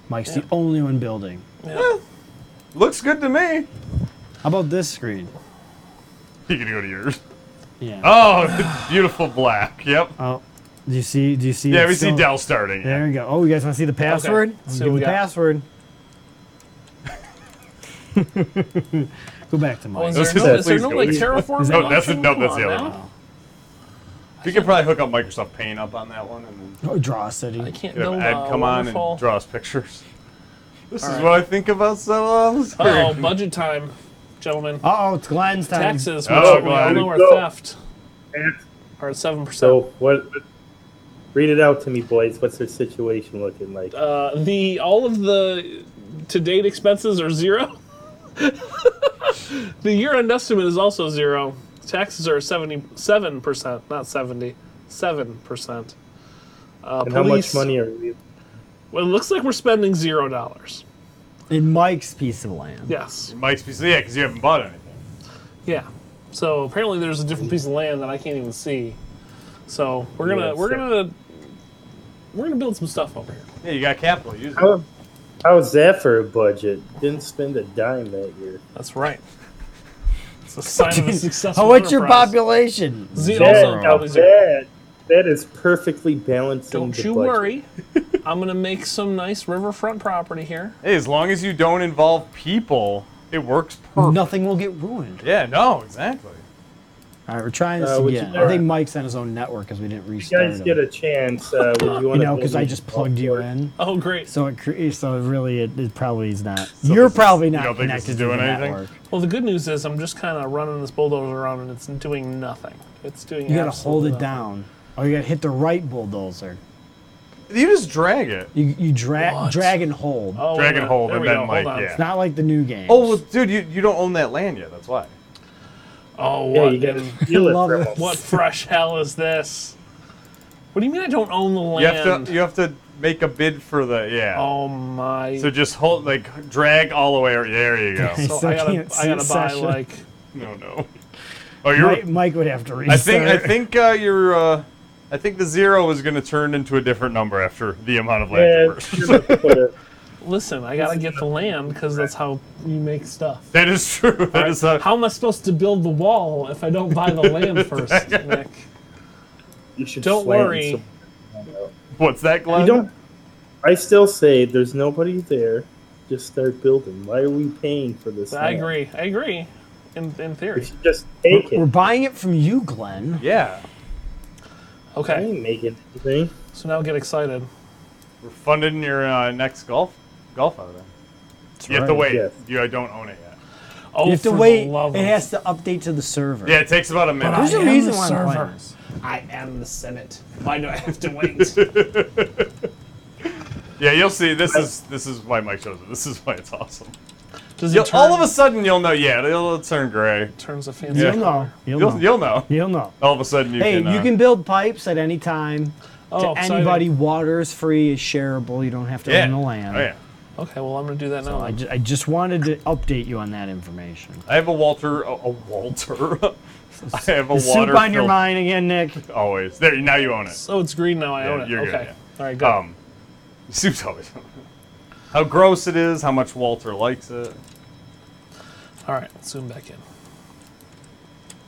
Mike's the only one building.
Yeah.
Looks good to me.
How about this screen?
You can go to yours.
Yeah.
Oh, beautiful black. Yep.
Oh, do you see? Do you see?
Yeah,
it's
we see
still-
Dell starting.
There you go. Oh, you guys want to see the password?
let's
I'll
see
give
what we
the
got.
password. go back to
Oh,
mine.
is
Those
there
is-
no, is there
please
no
go
like
with-
terraforming?
No, that's-
option?
no,
Come
that's the
on
other
now.
one. We could probably hook up Microsoft Paint up on that one, and then
Oh, draw a
I
city.
can't
could have
build
Ed
a
come on
waterfall.
and draw us pictures. This
All
is
right.
what I think about ourselves.
Oh, budget time, gentlemen.
Oh, it's Glenn's time.
Taxes, which
Oh,
we all
God.
know are
Go.
theft, are at seven percent.
So what? Read it out to me, boys. What's their situation looking like?
Uh, the all of the to date expenses are zero. the year end estimate is also zero. Taxes are seventy seven percent, not seventy seven percent. Uh,
and how much
police-
money are we?
Well, it looks like we're spending zero dollars.
In Mike's piece of land.
Yes.
Mike's piece. Yeah, because you haven't bought anything.
Yeah. So apparently there's a different piece of land that I can't even see. So we're gonna
Yeah,
we're
so-
gonna we're gonna build some stuff over here.
Yeah, you got capital. Use it.
How, how's that for a budget? Didn't spend a dime that year.
That's right. It's a sign of a successful.
Oh, what's your
enterprise.
population?
Z- also
That, now
probably zero.
that, that is perfectly balancing.
Don't
the
you
budget.
worry. I'm gonna make some nice riverfront property here.
Hey, as long as you don't involve people, it works
Mm-hmm.
perfect.
Nothing will get ruined.
Yeah, no, exactly.
All right, we're trying this
Uh, would you-
again. I think Mike's on his own network because we didn't
You
restart
guys
him.
get a chance. Uh, would you
you
want
know, because I just plugged you in.
Oh, great.
So it cre- so it really it, it probably is not. you're probably not
don't think this
connected
is
to the
doing anything?
network.
Well, the good news is I'm just kind of running this bulldozer around and it's doing nothing. It's doing.
You gotta hold
absolutely
it
nothing.
down, or you gotta hit the right bulldozer.
You just drag it.
You you drag
What?
drag and hold.
Oh,
Drag
wait a
and
minute.
hold,
There
and
we
then,
go.
like,
Hold on.
yeah.
It's not like the new game.
Oh, well, dude, you, you don't own that land yet. That's why.
Oh,
Yeah,
what?
you got
in-
to steal it
Love
from
it.
'em.
What fresh hell is this? What do you mean I don't own the
You
land?
have to you have to make a bid for the yeah.
oh my!
So
So,
just hold like drag all the way. ar- There you go.
Nice.
I
I
gotta,
can't
I gotta
see
buy
Sasha.
like.
no, no. Oh, you're.
Mike, Mike would have to
I
restart.
think I think uh, you're. Uh, I think the zero is going to turn into a different number after the amount of land.
Yeah,
you purchase.
you're gonna put it-
Listen, I gotta get the land because that's how you make stuff.
that is true. That is uh,
Right?
not-
How am I supposed to build the wall if I don't buy the land first, Nick?
you should
Don't
slant
worry.
some-
What's that, Glenn?
You don't. I still say there's nobody there. Just start building. Why are we paying for this?
I
land?
agree. I agree. In, in
We
theory.
should just take
we're
it.
buying it from you, Glenn.
Yeah,
I
Okay.
ain't making anything.
So now get excited.
we're funding your uh, next golf golf out of there.
That's
You have to
right.
wait.
Yes.
You I don't own it yet.
Oh,
You have to
for the
wait.
love
It
of-
has to update to the server.
Yeah, it takes about a minute.
There's
I
a
am
reason
the
why I'm
server.
playing this.
I am the Senate. Why do I have to wait?
Yeah, you'll see. This is this is why Mike chose it. This is why it's awesome.
Does
You'll,
it turn,
all of a sudden, you'll know. Yeah, it'll, it'll turn gray.
turns a fancy?
Yeah.
You'll know. You'll
You'll
know.
you'll know.
You'll know.
All of a sudden, you
Hey,
can.
you
uh,
can build pipes at any time.
Oh,
to
exciting.
anybody, water is free, is shareable. You don't have to
Yeah.
own the land.
Oh yeah.
Okay, well I'm gonna do that now.
So I, ju- I just wanted to update you on that information.
I have a Walter. A, a Walter. I have a
The
water.
soup on your
fil-
mind again, Nick.
Always. There. Now you own it.
So Oh, it's green now. I
Yeah,
own it.
you're
okay.
good, yeah.
All right, go.
Um, soup's always. How gross it is. How much Walter likes it.
All right, let's zoom back in.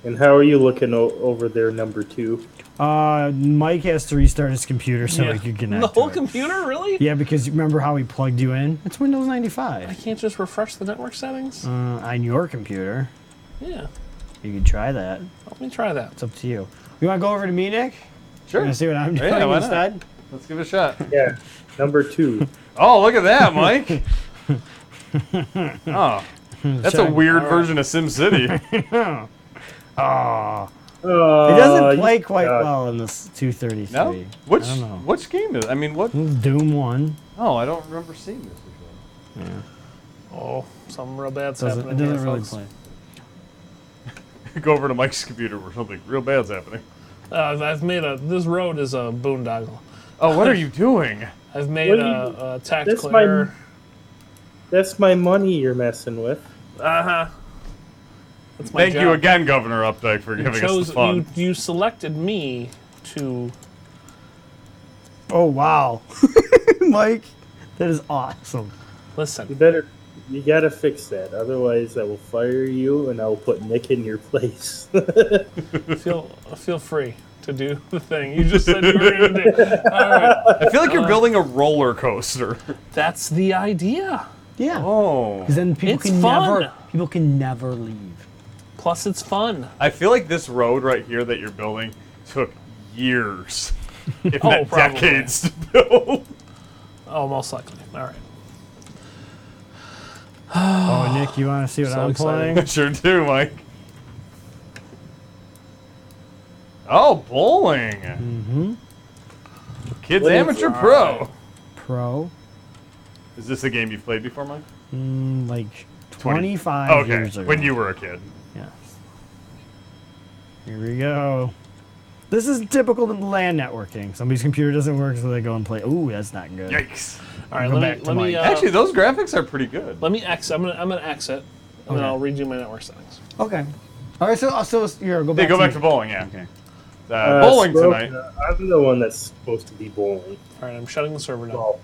And how are you looking o- over there, number two?
Uh, Mike has to restart his computer so
Yeah.
he can connect.
the whole
to it.
computer, really?
Yeah, because you remember how he plugged you in? It's Windows
I
95.
can't just refresh the network settings.
Uh, on your computer.
Yeah,
You could try that.
let me try that.
It's up to you. You want to go over to me, Nick? You
Sure.
want to see what I'm
Yeah,
doing
why not? Uh,
instead?
Let's give it a shot.
Yeah, number two.
Oh, look at that, Mike. oh, that's a
Check.
weird version of Sim City.
It
Uh,
doesn't play quite
God.
well in this 233.
uh, No, which
I don't know.
which game is? I mean, what?
Doom 1.
Oh, I don't remember seeing this before.
Oh, something real bad's
Doesn't, it
happening.
doesn't
here,
really
folks.
play.
Go over to Mike's computer where something real bad's happening.
Uh, I've- I've made a. This road is a boondoggle.
Oh, what are you doing?
I've made
What do
a, a
That's
tactical
my-
error.
That's my money you're messing with.
Uh huh. That's my
Thank
job.
you again, Governor Updike, for
You
giving us
chose
the fun.
you. You selected me to.
Oh, wow. Mike, that is awesome.
You
Listen,
better, you gotta fix that. Otherwise, I will fire you and I will put Nick in your place.
feel feel free to do the thing you just said you were gonna do. All right,
I feel like you're building a roller coaster.
that's the idea.
Yeah.
Oh,
Because then people
It's
can
fun.
never people can never leave.
Plus, it's fun.
I feel like this road right here that you're building took years, if
Oh,
not
probably.
decades, to build.
Oh, most likely. All right.
Oh, Nick, you want to see what
So
I'm
excited.
playing?
sure do, Mike. Oh, bowling. Mm-hmm. Kids
What is-
amateur pro.
Pro,
Is this a game you've played before, Mike?
mm, like
20.
25
Oh, Okay,
years ago.
when you were a kid.
Yes. Here we go. This is typical to LAN networking. Somebody's computer doesn't work, so they go and play. Ooh, that's not good.
Yikes.
All right.
Go
Let
back
me
to
let me
Mike.
uh,
Actually, those graphics are pretty good.
let me exit. I'm gonna I'm gonna exit, and
Okay.
then I'll redo my network settings.
Okay. All right, so uh, so here, go back.
They go back to
me.
bowling, yeah.
Okay.
Uh,
Uh,
bowling
Smoke,
tonight.
uh, I'm the one that's supposed to be bowling.
All right. I'm shutting the server down.
Well,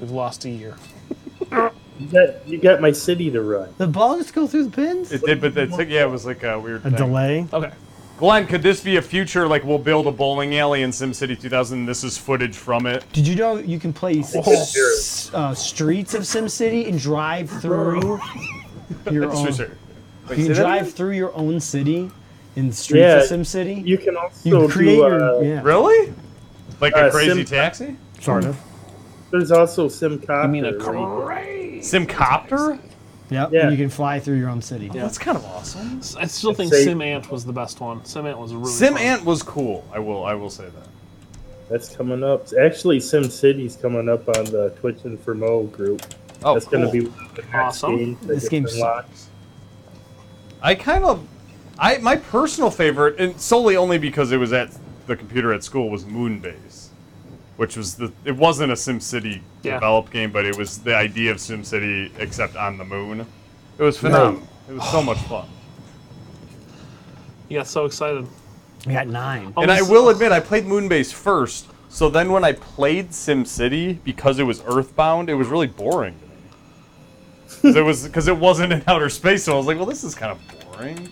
We've lost a year.
you got you got my city to run.
The ball just go through the pins.
It did, but that took, yeah, it was like a weird
a
thing.
delay.
Okay.
Glenn, could this be a future, like, we'll build a bowling alley in SimCity 2000, this is footage from it?
Did you know you can play
Oh,
s-
Whoa.
s- uh, streets of SimCity and drive through your own?
Sure, sure. Wait,
You can
say that
drive
again?
through your own city in the streets
Yeah,
of SimCity.
You can also
You can create
do. Uh,
your yeah.
Really? Like a
Uh,
crazy
Sim-
taxi?
Sort of.
There's also SimCopter.
I mean a
where you-
crazy.
Simcopter?
Yep.
Yeah.
You can fly through your own city.
That's kind of awesome.
I still think
Say-
Sim Ant was the best one. Sim Ant was really
Sim
fun.
Ant was cool. I will. I will say that.
That's coming up. Actually, SimCity's coming up on the Twitch and for Mo group.
Oh,
that's
cool.
going to be one of the next
Awesome.
games that
This
gets
game
unlocked.
I kind of. I my personal favorite, and solely only because it was at the computer at school, was Moonbase, which was the. It wasn't a SimCity
Yeah.
developed game, but it was the idea of SimCity except on the moon. It was phenomenal. It was so much fun.
You got so excited.
We got nine.
And I
this-
will admit, I played Moonbase first. So then, when I played SimCity, because it was Earthbound, it was really boring. to me. 'Cause it was because it wasn't in outer space, so I was like, "Well, this is kind of boring."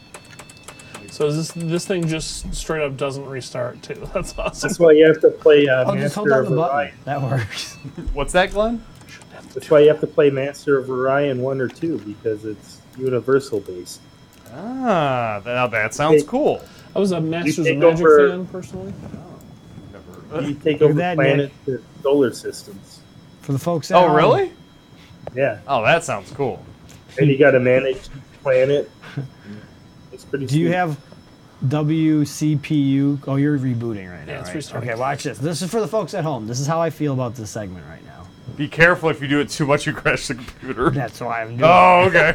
So is this this thing just straight up doesn't restart too. That's awesome.
That's why you have to play uh,
Oh, just hold
Master
on
of
the
Orion.
button. That works.
What's that, Glenn?
That's why you have to play Master of Orion one or two because it's universal based.
Ah, now that sounds
Hey.
cool.
I was a Masters of
take
Magic
over-
fan personally.
You
Never-
take
Look at
over
that,
planets, and solar systems.
For the folks. at
Oh,
home.
really?
Yeah,
Oh, that sounds cool.
and you got to manage each planet. It's pretty.
Do you
sweet.
have WCPU? Oh, you're rebooting right now.
Yeah, it's
right?
restarting.
Okay, watch this. This is for the folks at home. This is how I feel about this segment right now.
Be careful if you do it too much, you crash the computer.
That's why I'm doing.
Oh, okay.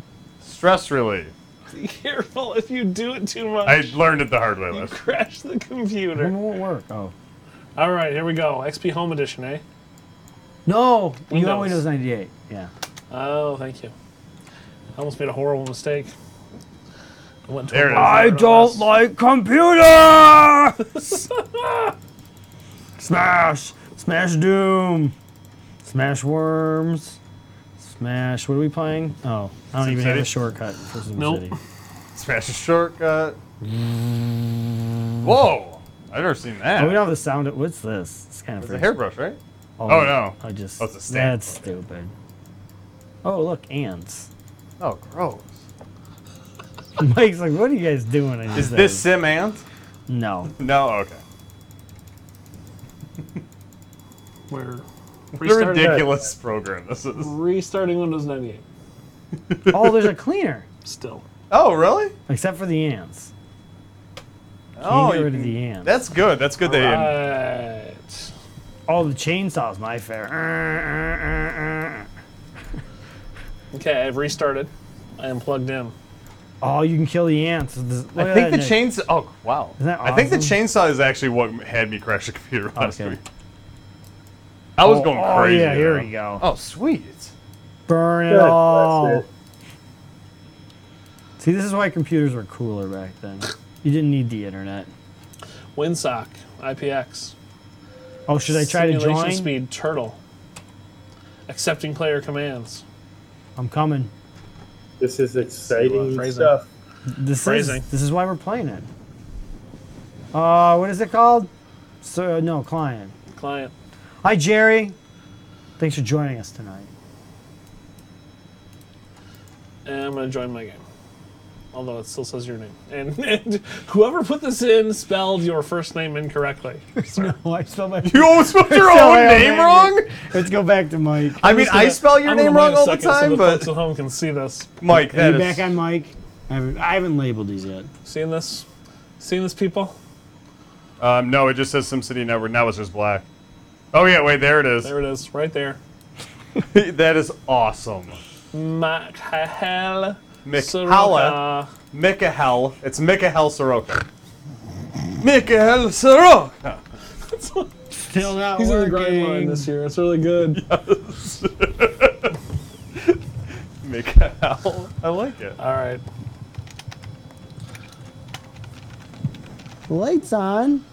Stress relief.
Be careful if you do it too
I
much.
learned it the hard way.
You
Last.
crash the
it. It
computer.
won't work. Oh,
All right, here we go. XP Home Edition, eh?
No, you got
Windows.
Windows 98. Yeah.
Oh, thank you. I almost made a horrible mistake. I went
There it is.
I
like computers. Smash, Smash Doom, Smash Worms, Smash. What are we playing? Oh, I don't even have
City?
a shortcut for SimCity.
Nope.
Smash a shortcut. Whoa! I've never seen that.
Oh, we don't have the sound. What's this? It's kind of
It's a hairbrush, right?
Oh,
no.
I just.
Oh, it's a stamp.
that's stupid. Oh look, ants.
Oh, gross.
Mike's like, what are you guys doing? in
Is
thing?"
this Sim Ant?
No.
No, okay.
We're
What a
restarting,
ridiculous program this is.
restarting Windows 98.
Oh, there's a cleaner.
Still.
Oh, really?
Except for the ants.
oh,
get
you
rid of
can-
the ants.
That's good. That's good. They
Right.
Oh, the chainsaw's my favorite.
Okay, I've restarted. I am plugged in.
Oh, you can kill the ants. with this- look
I
at
think the
that, Nick.
chainsaw. Oh, wow.
Isn't that
I think the
awesome?
chainsaw is actually what had me crash the computer last
Um, Oh, Okay.
week. I was
Oh,
going
oh,
crazy.
yeah, here
there.
we go.
Oh, sweet.
Burn it
Good,
all.
that's
See, this is why computers were cooler back then. You didn't need the internet.
Windsock, IPX.
Oh, should I try to
Simulation
join?
speed, turtle. Accepting player commands.
I'm coming.
This is
See, uh,
exciting
phrasing.
stuff.
This
Phrasing.
is this is why we're playing it. Uh, what is it called? So no, client.
Client.
Hi, Jerry. Thanks for joining us tonight.
And eh, I'm going to join my game. Although it still says your name. And, and whoever put this in spelled your first name incorrectly. sir.
No, I spelled my
You always spelled your
Spelled my
own
own
name
name.
wrong?
Let's go back to Mike.
I mean,
just
I
gonna-
spell your
I'm
name
gonna
wrong
wait a
all the
second so
time,
the
but
folks at home can see this.
Mike,
Are
that
you
is.
back on Mike? I haven't, I haven't labeled these yet.
Seeing this? Seeing this, people?
Um, no, it just says SimCity Network. Now it's just black. Oh yeah, wait, there it is.
There it is, right there.
that is awesome.
Michael
Mikhala,
Soroka.
Mikahel. It's Mikahel Soroka. Mikahel Soroka.
Still not
He's in
working.
the grind line this year. It's really good.
Mikahel. I like it.
All right.
The lights on.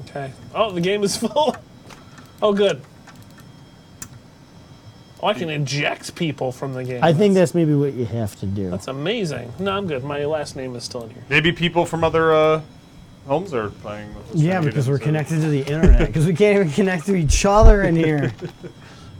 Okay. Oh, the game is full. oh, good. Oh, I can eject people from the game.
I think that's maybe what you have to do.
that's amazing. No, I'm good. My last name is still in here.
Maybe people from other uh, homes are playing. With us
Yeah,
tonight,
because we're
so-
connected to the internet. Because we can't even connect to each other in here.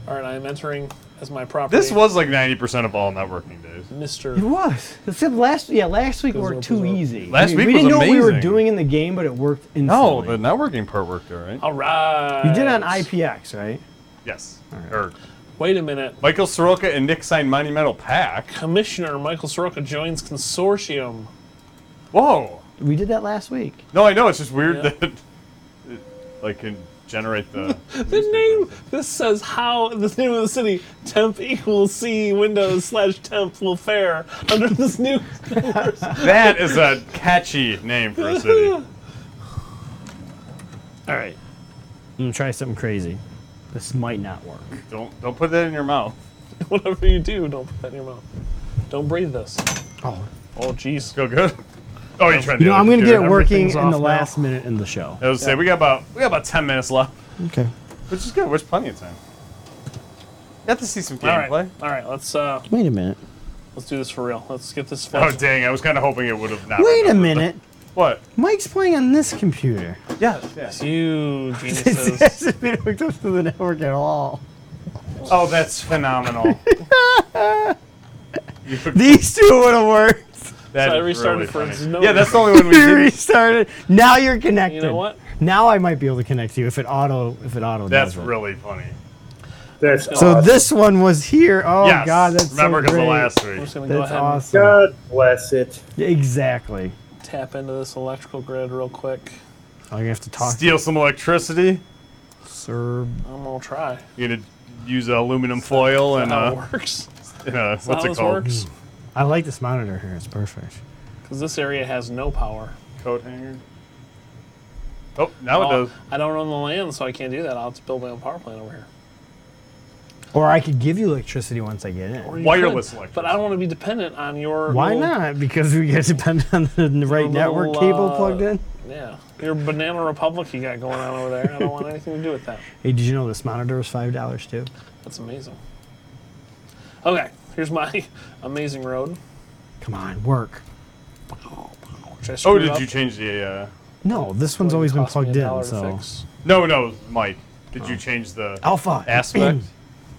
All right, I'm entering as my property.
This was like 90% of all networking days.
It
Mr.
was. Except last yeah, last week
Goes up,
worked too
goes up.
easy.
Last
we,
week
we
was
didn't know what we were
amazing.
doing in the game, but it worked instantly.
No, the networking part worked all right.
All right.
you did on IPX, right?
Yes. Or
Wait a minute.
Michael Soroka and Nick signed Monumental Pack.
Commissioner Michael Soroka joins consortium.
Whoa.
We did that last week.
No, I know. It's just weird
Yeah.
that it, like can generate the.
The name. This says how the name of the city temp equals c windows slash temp will fare under this new.
that is a catchy name for a city.
All right. I'm gonna try something crazy. This might not work.
Don't don't put that in your mouth.
Whatever you do, don't put that in your mouth. Don't breathe this.
Oh,
Oh, jeez.
Feel good. Oh, you're trying to.
you know, I'm gonna get it working
everything's
in
off
the
now.
last minute in the show.
I was say we got about we got about ten minutes left,
Okay.
which is good. Which is plenty of time. You have to see some
All right,
gameplay.
all right. Let's uh,
Wait a minute.
let's do this for real. Let's get this.
Oh
flipped.
dang! I was kind of hoping it would have not.
Wait a
remembered.
minute.
What?
Mike's playing on this computer.
Yeah. yeah.
you
This
geniuses.
hasn't been hooked up to the network at all.
Oh, that's phenomenal. You-
These two would have worked.
that
So I
is
restarted
really
for
funny.
no
Yeah, that's the
reason.
only one we
You
did.
restarted. Now you're connected.
you know what?
Now I might be able to connect to you if it auto if it auto.
That's
does it.
really funny.
That's
So
awesome.
this one was here. Oh
yes.
God, that's
remember
so
the
great.
last
I'm
week.
just gonna go
That's
ahead
awesome.
God bless it.
Exactly.
and tap into this electrical grid real quick.
I'm gonna Oh, have to talk.
Steal some electricity.
to Sir.
I'm gonna try.
You're gonna use aluminum foil and
How
uh,
it works?
and, uh,
How
what's it
this
called?
works?
I like this monitor here. It's perfect.
Because this area has no power.
Coat hanger. Oh, now
Oh,
Oh, it does.
I don't own the land, so I can't do that. I'll have to build my own power plant over here.
Or I could give you electricity once I get in.
You
Wireless
could,
electric.
But I don't want to be dependent on your.
Why
little-
not? Because we get to depend on the n- right network
little,
cable
uh,
plugged in.
Yeah, your banana republic you got going on over there. I don't want anything to do with that.
Hey, did you know this monitor was five dollars too?
That's amazing. Okay, here's my amazing road.
Come on, work.
Which I
Oh,
screwed
did
up.
you change the? Uh...
No, this one's
It
always been
cost me a
plugged in.
dollar to
So
fix.
No, no, Mike. Did you change the
alpha
aspect?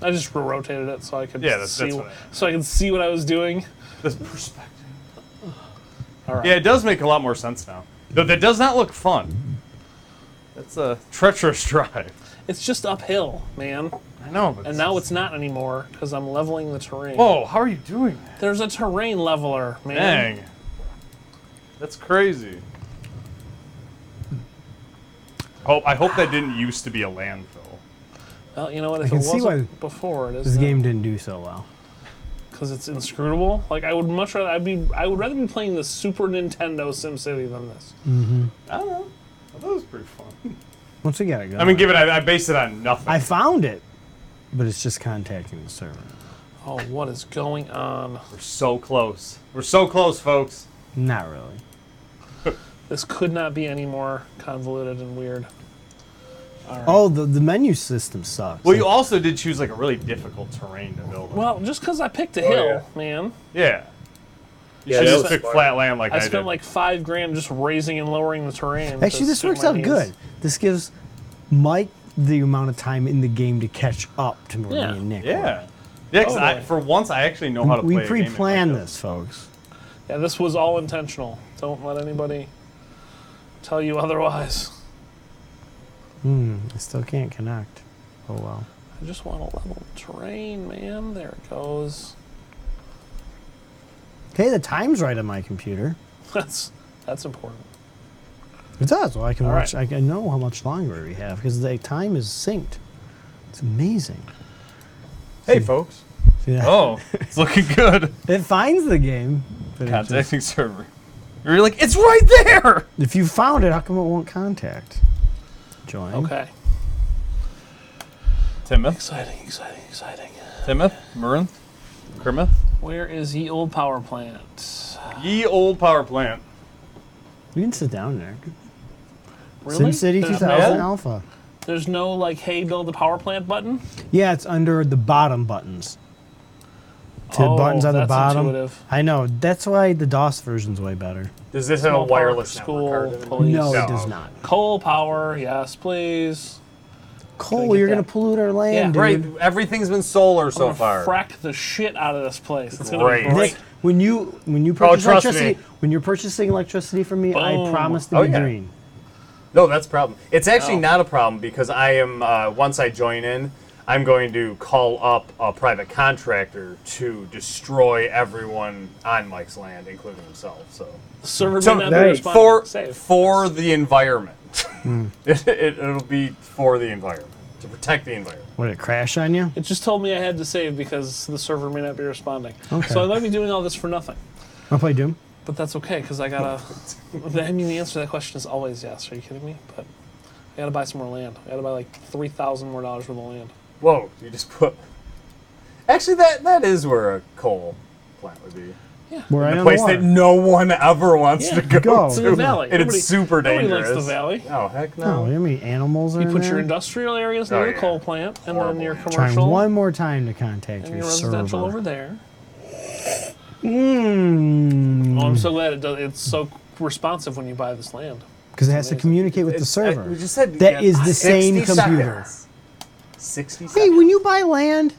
I just rotated it so I could
Yeah, that's-
see
that's
wh-
what I-
so I could see what I was doing.
the perspective.
All right.
Yeah, it does make a lot more sense now. Though that does not look fun. That's a treacherous drive.
It's just uphill, man.
I know, but
And now it's not anymore because I'm leveling the terrain.
Oh.
Whoa, how are you doing that?
There's a terrain leveler, man.
Dang. That's crazy. Hope I hope that didn't used to be a landfill.
Well, you know what? If
can
it
see
wasn't
why
before, it is
This
now.
game didn't do so well.
because it's inscrutable. Like I would much rather I'd be I would rather be playing the Super Nintendo SimCity than this.
I don't know. I thought it was pretty fun.
Once we got it going.
I mean, given I, I based it on nothing.
I found it, but it's just contacting the server.
Oh, what is going on?
We're so close. We're so close, folks.
Not really.
This could not be any more convoluted and weird.
Oh, the, the menu system sucks.
Well, you also did choose like a really difficult terrain to build. on.
Well, just because I picked a
Oh,
hill, man,
yeah. You
Yeah,
should
that
just
was
pick
smart.
flat land like I,
I spent
did.
like five grand just raising and lowering the terrain.
Actually,
to
this
suit
works
my
out
needs.
good. This gives Mike the amount of time in the game to catch up to where
Yeah.
me and Nick.
Yeah. Yeah,
Oh,
'cause I,
Totally.
for once I actually know how
were.
to play.
We
a game
pre-planned
like
this, folks.
Yeah, this was all intentional. Don't let anybody tell you otherwise.
I still can't connect. Oh well.
I just want to level the terrain, man. There it goes.
Hey, the time's right on my computer.
That's that's important.
It does. Well, I can
All
watch.
right.
I can know how much longer we have because the time is synced. It's amazing.
Hey, folks.
Yeah.
Oh, it's looking good.
It finds the game. but it just-
Contacting server. You're like, it's right there.
If you found it, how come it won't contact? Join.
Okay.
Timoth,
Exciting, exciting, exciting.
Timoth, Merinth, Kermith.
Where is the old power plant?
Ye old power plant.
You can sit down there.
Really?
SimCity
There's
2000
no-
Alpha.
no- There's no like, hey, build the power plant button.
Yeah, it's under the bottom buttons. To
Oh,
buttons on the
that's
bottom.
intuitive.
I know. That's why the DOS version's way beter.
Does this have a
Small power
wireless
school,
network? card?
police.
No,
No.
it does not.
Coal power, yes, please.
Cole,
get
you're going
that?
to pollute our land,
Yeah.
dude.
Right, everything's been solar so
I'm
far.
gonna Frack the shit out of this place. It's gonna be
Great.
Nick,
great.
when you when you purchase
trust
electricity,
me.
when you're purchasing electricity from me, I
Boom.
promise to
Oh,
be
yeah.
green.
no, that's a problem. It's actually
No.
not a problem because I am uh, once I join in, I'm going to call up a private contractor to destroy everyone on Mike's land, including himself. So,
The server
so
may not be responding.
for
Save.
for the environment,
Hmm.
it, it, it'll be for the environment to protect the environment.
What, it crash on you?
It just told me I had to save because the server may not be responding.
Okay.
So I might be doing all this for nothing.
I play Doom.
But that's okay because I gotta. I mean, the answer to that question is always yes. Are you kidding me? But I gotta buy some more land. I gotta buy like three thousand more dollars worth of land.
Whoa! You just put. Actually, that that is where a coal plant would be.
We're right
a
on
place
the water.
that no one ever wants
Yeah,
to go,
go.
to.
It's in the
valley.
And
Nobody-
it's super
nobody likes
dangerous.
the valley.
Oh, heck
Oh,
no.
you know how many animals are
You
in
put
there?
your industrial areas
Oh,
near the
yeah.
coal plant, and then
Horrible.
your
Try
Try
commercial,
one more time to contact
and
your
your
server.
residential over there.
Mmm. Hmm. Mm.
Oh, I'm so glad it does. It's so responsive when you buy this land.
Because it has to communicate with the
It's-
server.
I- we just said
That
yeah,
is the same
60
computer.
seconds. 60
Hey,
seconds.
when you buy land,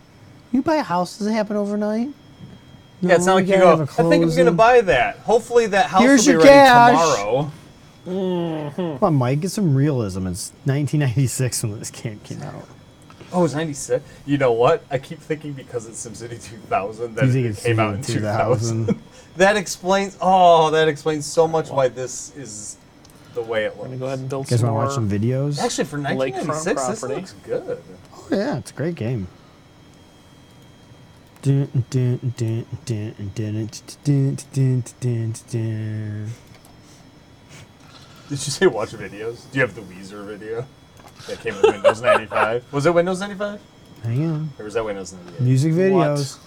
you buy a house. Does it happen overnight?
yeah, it's not
we
like you
gotta
go, I
have a
think I'm going to
closing."
buy that. Hopefully that house
Here's
will
your
be
cash.
ready tomorrow. Hmm.
Come on, Mike, get some realism. It's 1996 when this game came out.
Oh, it's 96. You know what? I keep thinking because it's SimCity 2000 that
You think
it
it's
came out in
2000.
2000. that explains, oh, that explains so much why this is the way it
I'm gonna go ahead
looks.
and build
You guys
some
want to
more.
watch some videos?
Actually, for
Lakefront
1996, this
property.
looks good.
Oh, yeah, it's a great game. Dun, dun, dun, dun, dun, dun, dun, dun, dun, dun.
Did you say watch videos? Do you have the Weezer video that came with Windows 95? Was it Windows 95?
Hang on.
Or was that Windows Ninety Eight?
Music videos.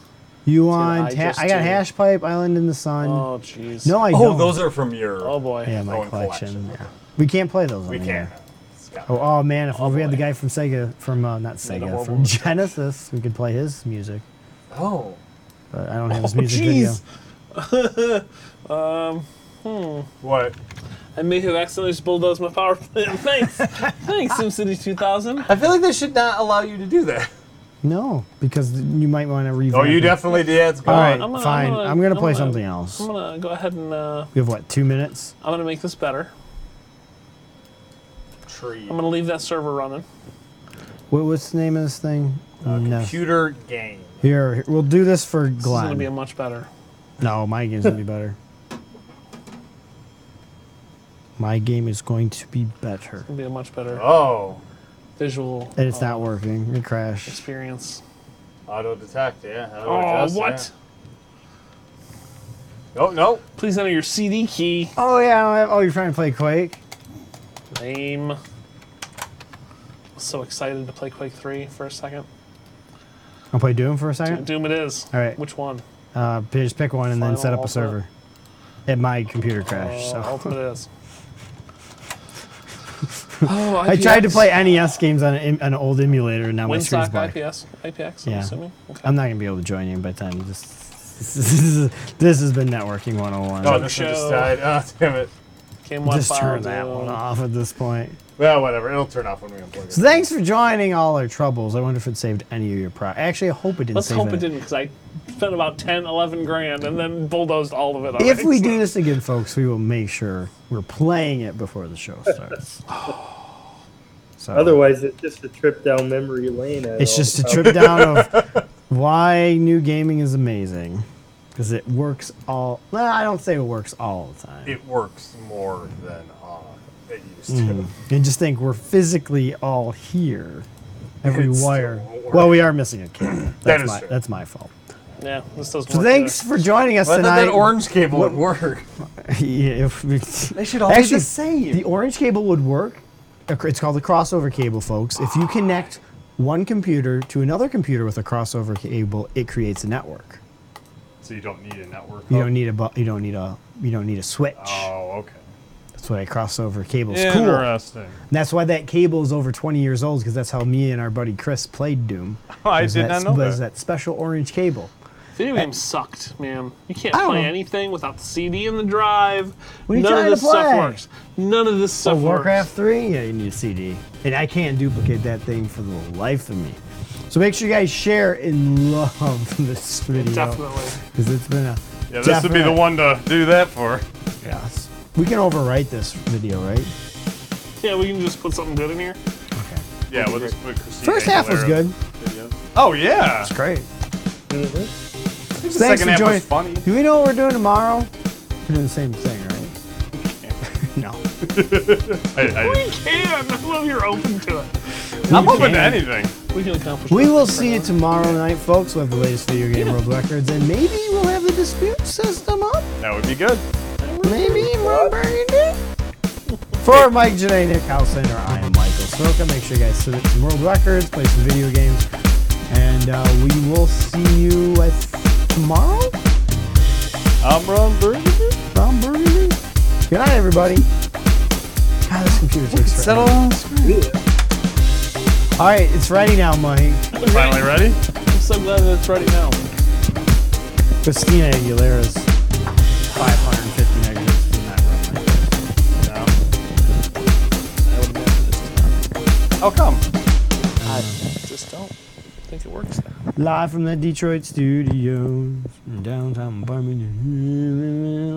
You on?
I
Ta-
just
I got
do.
Hash Pipe Island in the Sun.
Oh jeez.
no, I
Oh,
don't.
those are from your.
Oh boy.
yeah, my
oh, in
collection.
collection.
yeah. We can't play those.
We
on
can't.
here.
It's got-
Oh, oh, man, if we had the
boy.
guy from Sega, from uh, not Sega,
World
from
War.
Genesis, we could play his music.
Oh.
But I don't have his
Oh,
music video.
jeez.
What?
I may have accidentally just bulldozed my power plant. Thanks. Thanks, SimCity 2000.
I feel like they should not allow you to do that.
No, because you might want to revamp.
Oh, you
it.
definitely did. That's
All
good.
right,
I'm gonna- I'm
fine. I'm
gonna-
gonna,
I'm
play
gonna-
something else.
I'm gonna go ahead and uh,
We have what? Two minutes.
I'm gonna make this better.
Tree.
I'm gonna leave that server running.
What, what's the name of this thing? no.
Computer game.
Here, here, we'll do this for
This is gonna
Glenn.
be a much better.
no, my game's gonna be better. My game is going to be better,
It'll be a much better
Oh.
visual
and it's
uh,
not working. It crashed.
experience.
Auto detect. Yeah. Auto
Oh,
adjust,
what?
Yeah. Oh no.
Please enter your CD key.
Oh yeah. I don't have- oh, you're trying to play Quake?
Lame. So excited to play Quake 3 for a second.
I'll play Doom for a second.
Doom it is.
All right.
Which one?
Uh, just pick one and then
Final
set up a
Alpha.
server. And my computer crashed.
Uh,
So
Ultimate it is. oh,
I tried to
IPX.
play NES games on an, em- an old emulator, and now my screen's
Windsock
black.
IPS, IPX,
Yeah.
I'm assuming. Okay.
I'm not gonna be able to join you by the time this. This, this has been networking 101.
Oh, this one
show.
just died. Oh, damn it.
Game one
just
file
turn that
down.
one off at this point.
Well, whatever. It'll turn off when we unplug it.
So thanks for joining all our troubles. I wonder if it saved any of your pro. Actually, I hope it didn't.
Let's
save
hope
any.
it didn't, because I spent about 10, 11 grand and then bulldozed all of it.
If
already.
we do this again, folks, we will make sure we're playing it before the show starts. So
Otherwise, it's just a trip down memory lane. at
it's
all
just a
times.
trip down of why new gaming is amazing because it works all. Well, I don't say it works all the time.
It works more than uh, it used to.
Mm. And just think we're physically all here. Every
It still
wire.
won't work.
Well, we are missing a cable. That's
is
my
true.
that's my fault.
Yeah, this doesn't
So
work
thanks
either.
for joining us
I thought
tonight.
that orange cable would work.
yeah, if we-
They should all be
Actually,
the same.
The orange cable would work. A cr- It's called the crossover cable, folks. If you connect one computer to another computer with a crossover cable, it creates a network.
so you don't need a network.
You
Oh.
hub?
don't need a bu- you don't need a you don't need a switch.
Oh, okay.
That's what a crossover cable is cool. And
Interesting.
that's why that cable is over 20 years old because that's how me and our buddy Chris played Doom.
Oh, I
was
did
that,
not know
was
that.
that special orange cable.
Video games sucked, man. You can't
I don't
play
know.
anything without the CD and the drive.
What are you
None
trying
of
to
this
play?
stuff works. None of this stuff
Oh, Warcraft
works.
3? Yeah, you need a CD. And I can't duplicate that thing for the life of me. So make sure you guys share and love this video.
Definitely.
Because it's been a.
Yeah, this would be the
definite-
one to do that for.
Yes. We can overwrite this video, right?
Yeah, we can just put something good in here.
Okay.
Yeah, we'll just put Christina
First half was
Aguilera.
good.
Oh yeah.
It's great.
The
Thanks
Mm-hmm. second
for
half
joining.
was funny.
Do we know what we're doing tomorrow? We're doing the same thing, right? no.
I, I,
We can. Well, you're open to it.
I'm open to
can.
anything.
We can accomplish.
We
it.
will see you tomorrow night, folks. We'll have the latest video game world records, and maybe we'll have the dispute system up.
That would be good.
Maybe more burgundy. For Mike Janae, Nick Houselander, I am Michael Soka. Make sure you guys submit some world records, play some video games, and uh, we will see you I th- tomorrow.
I'm Ron Burgundy.
From Burgundy. Good night, everybody. God, this computer takes forever.
Settle on the screen.
All right, it's ready now, Mike.
Finally ready?
I'm so glad that it's ready now.
Christina Aguilera's 550 negatives did not run my list.
No. How Oh, come?
I just don't think it works. That.
Live from the Detroit studios in downtown Birmingham.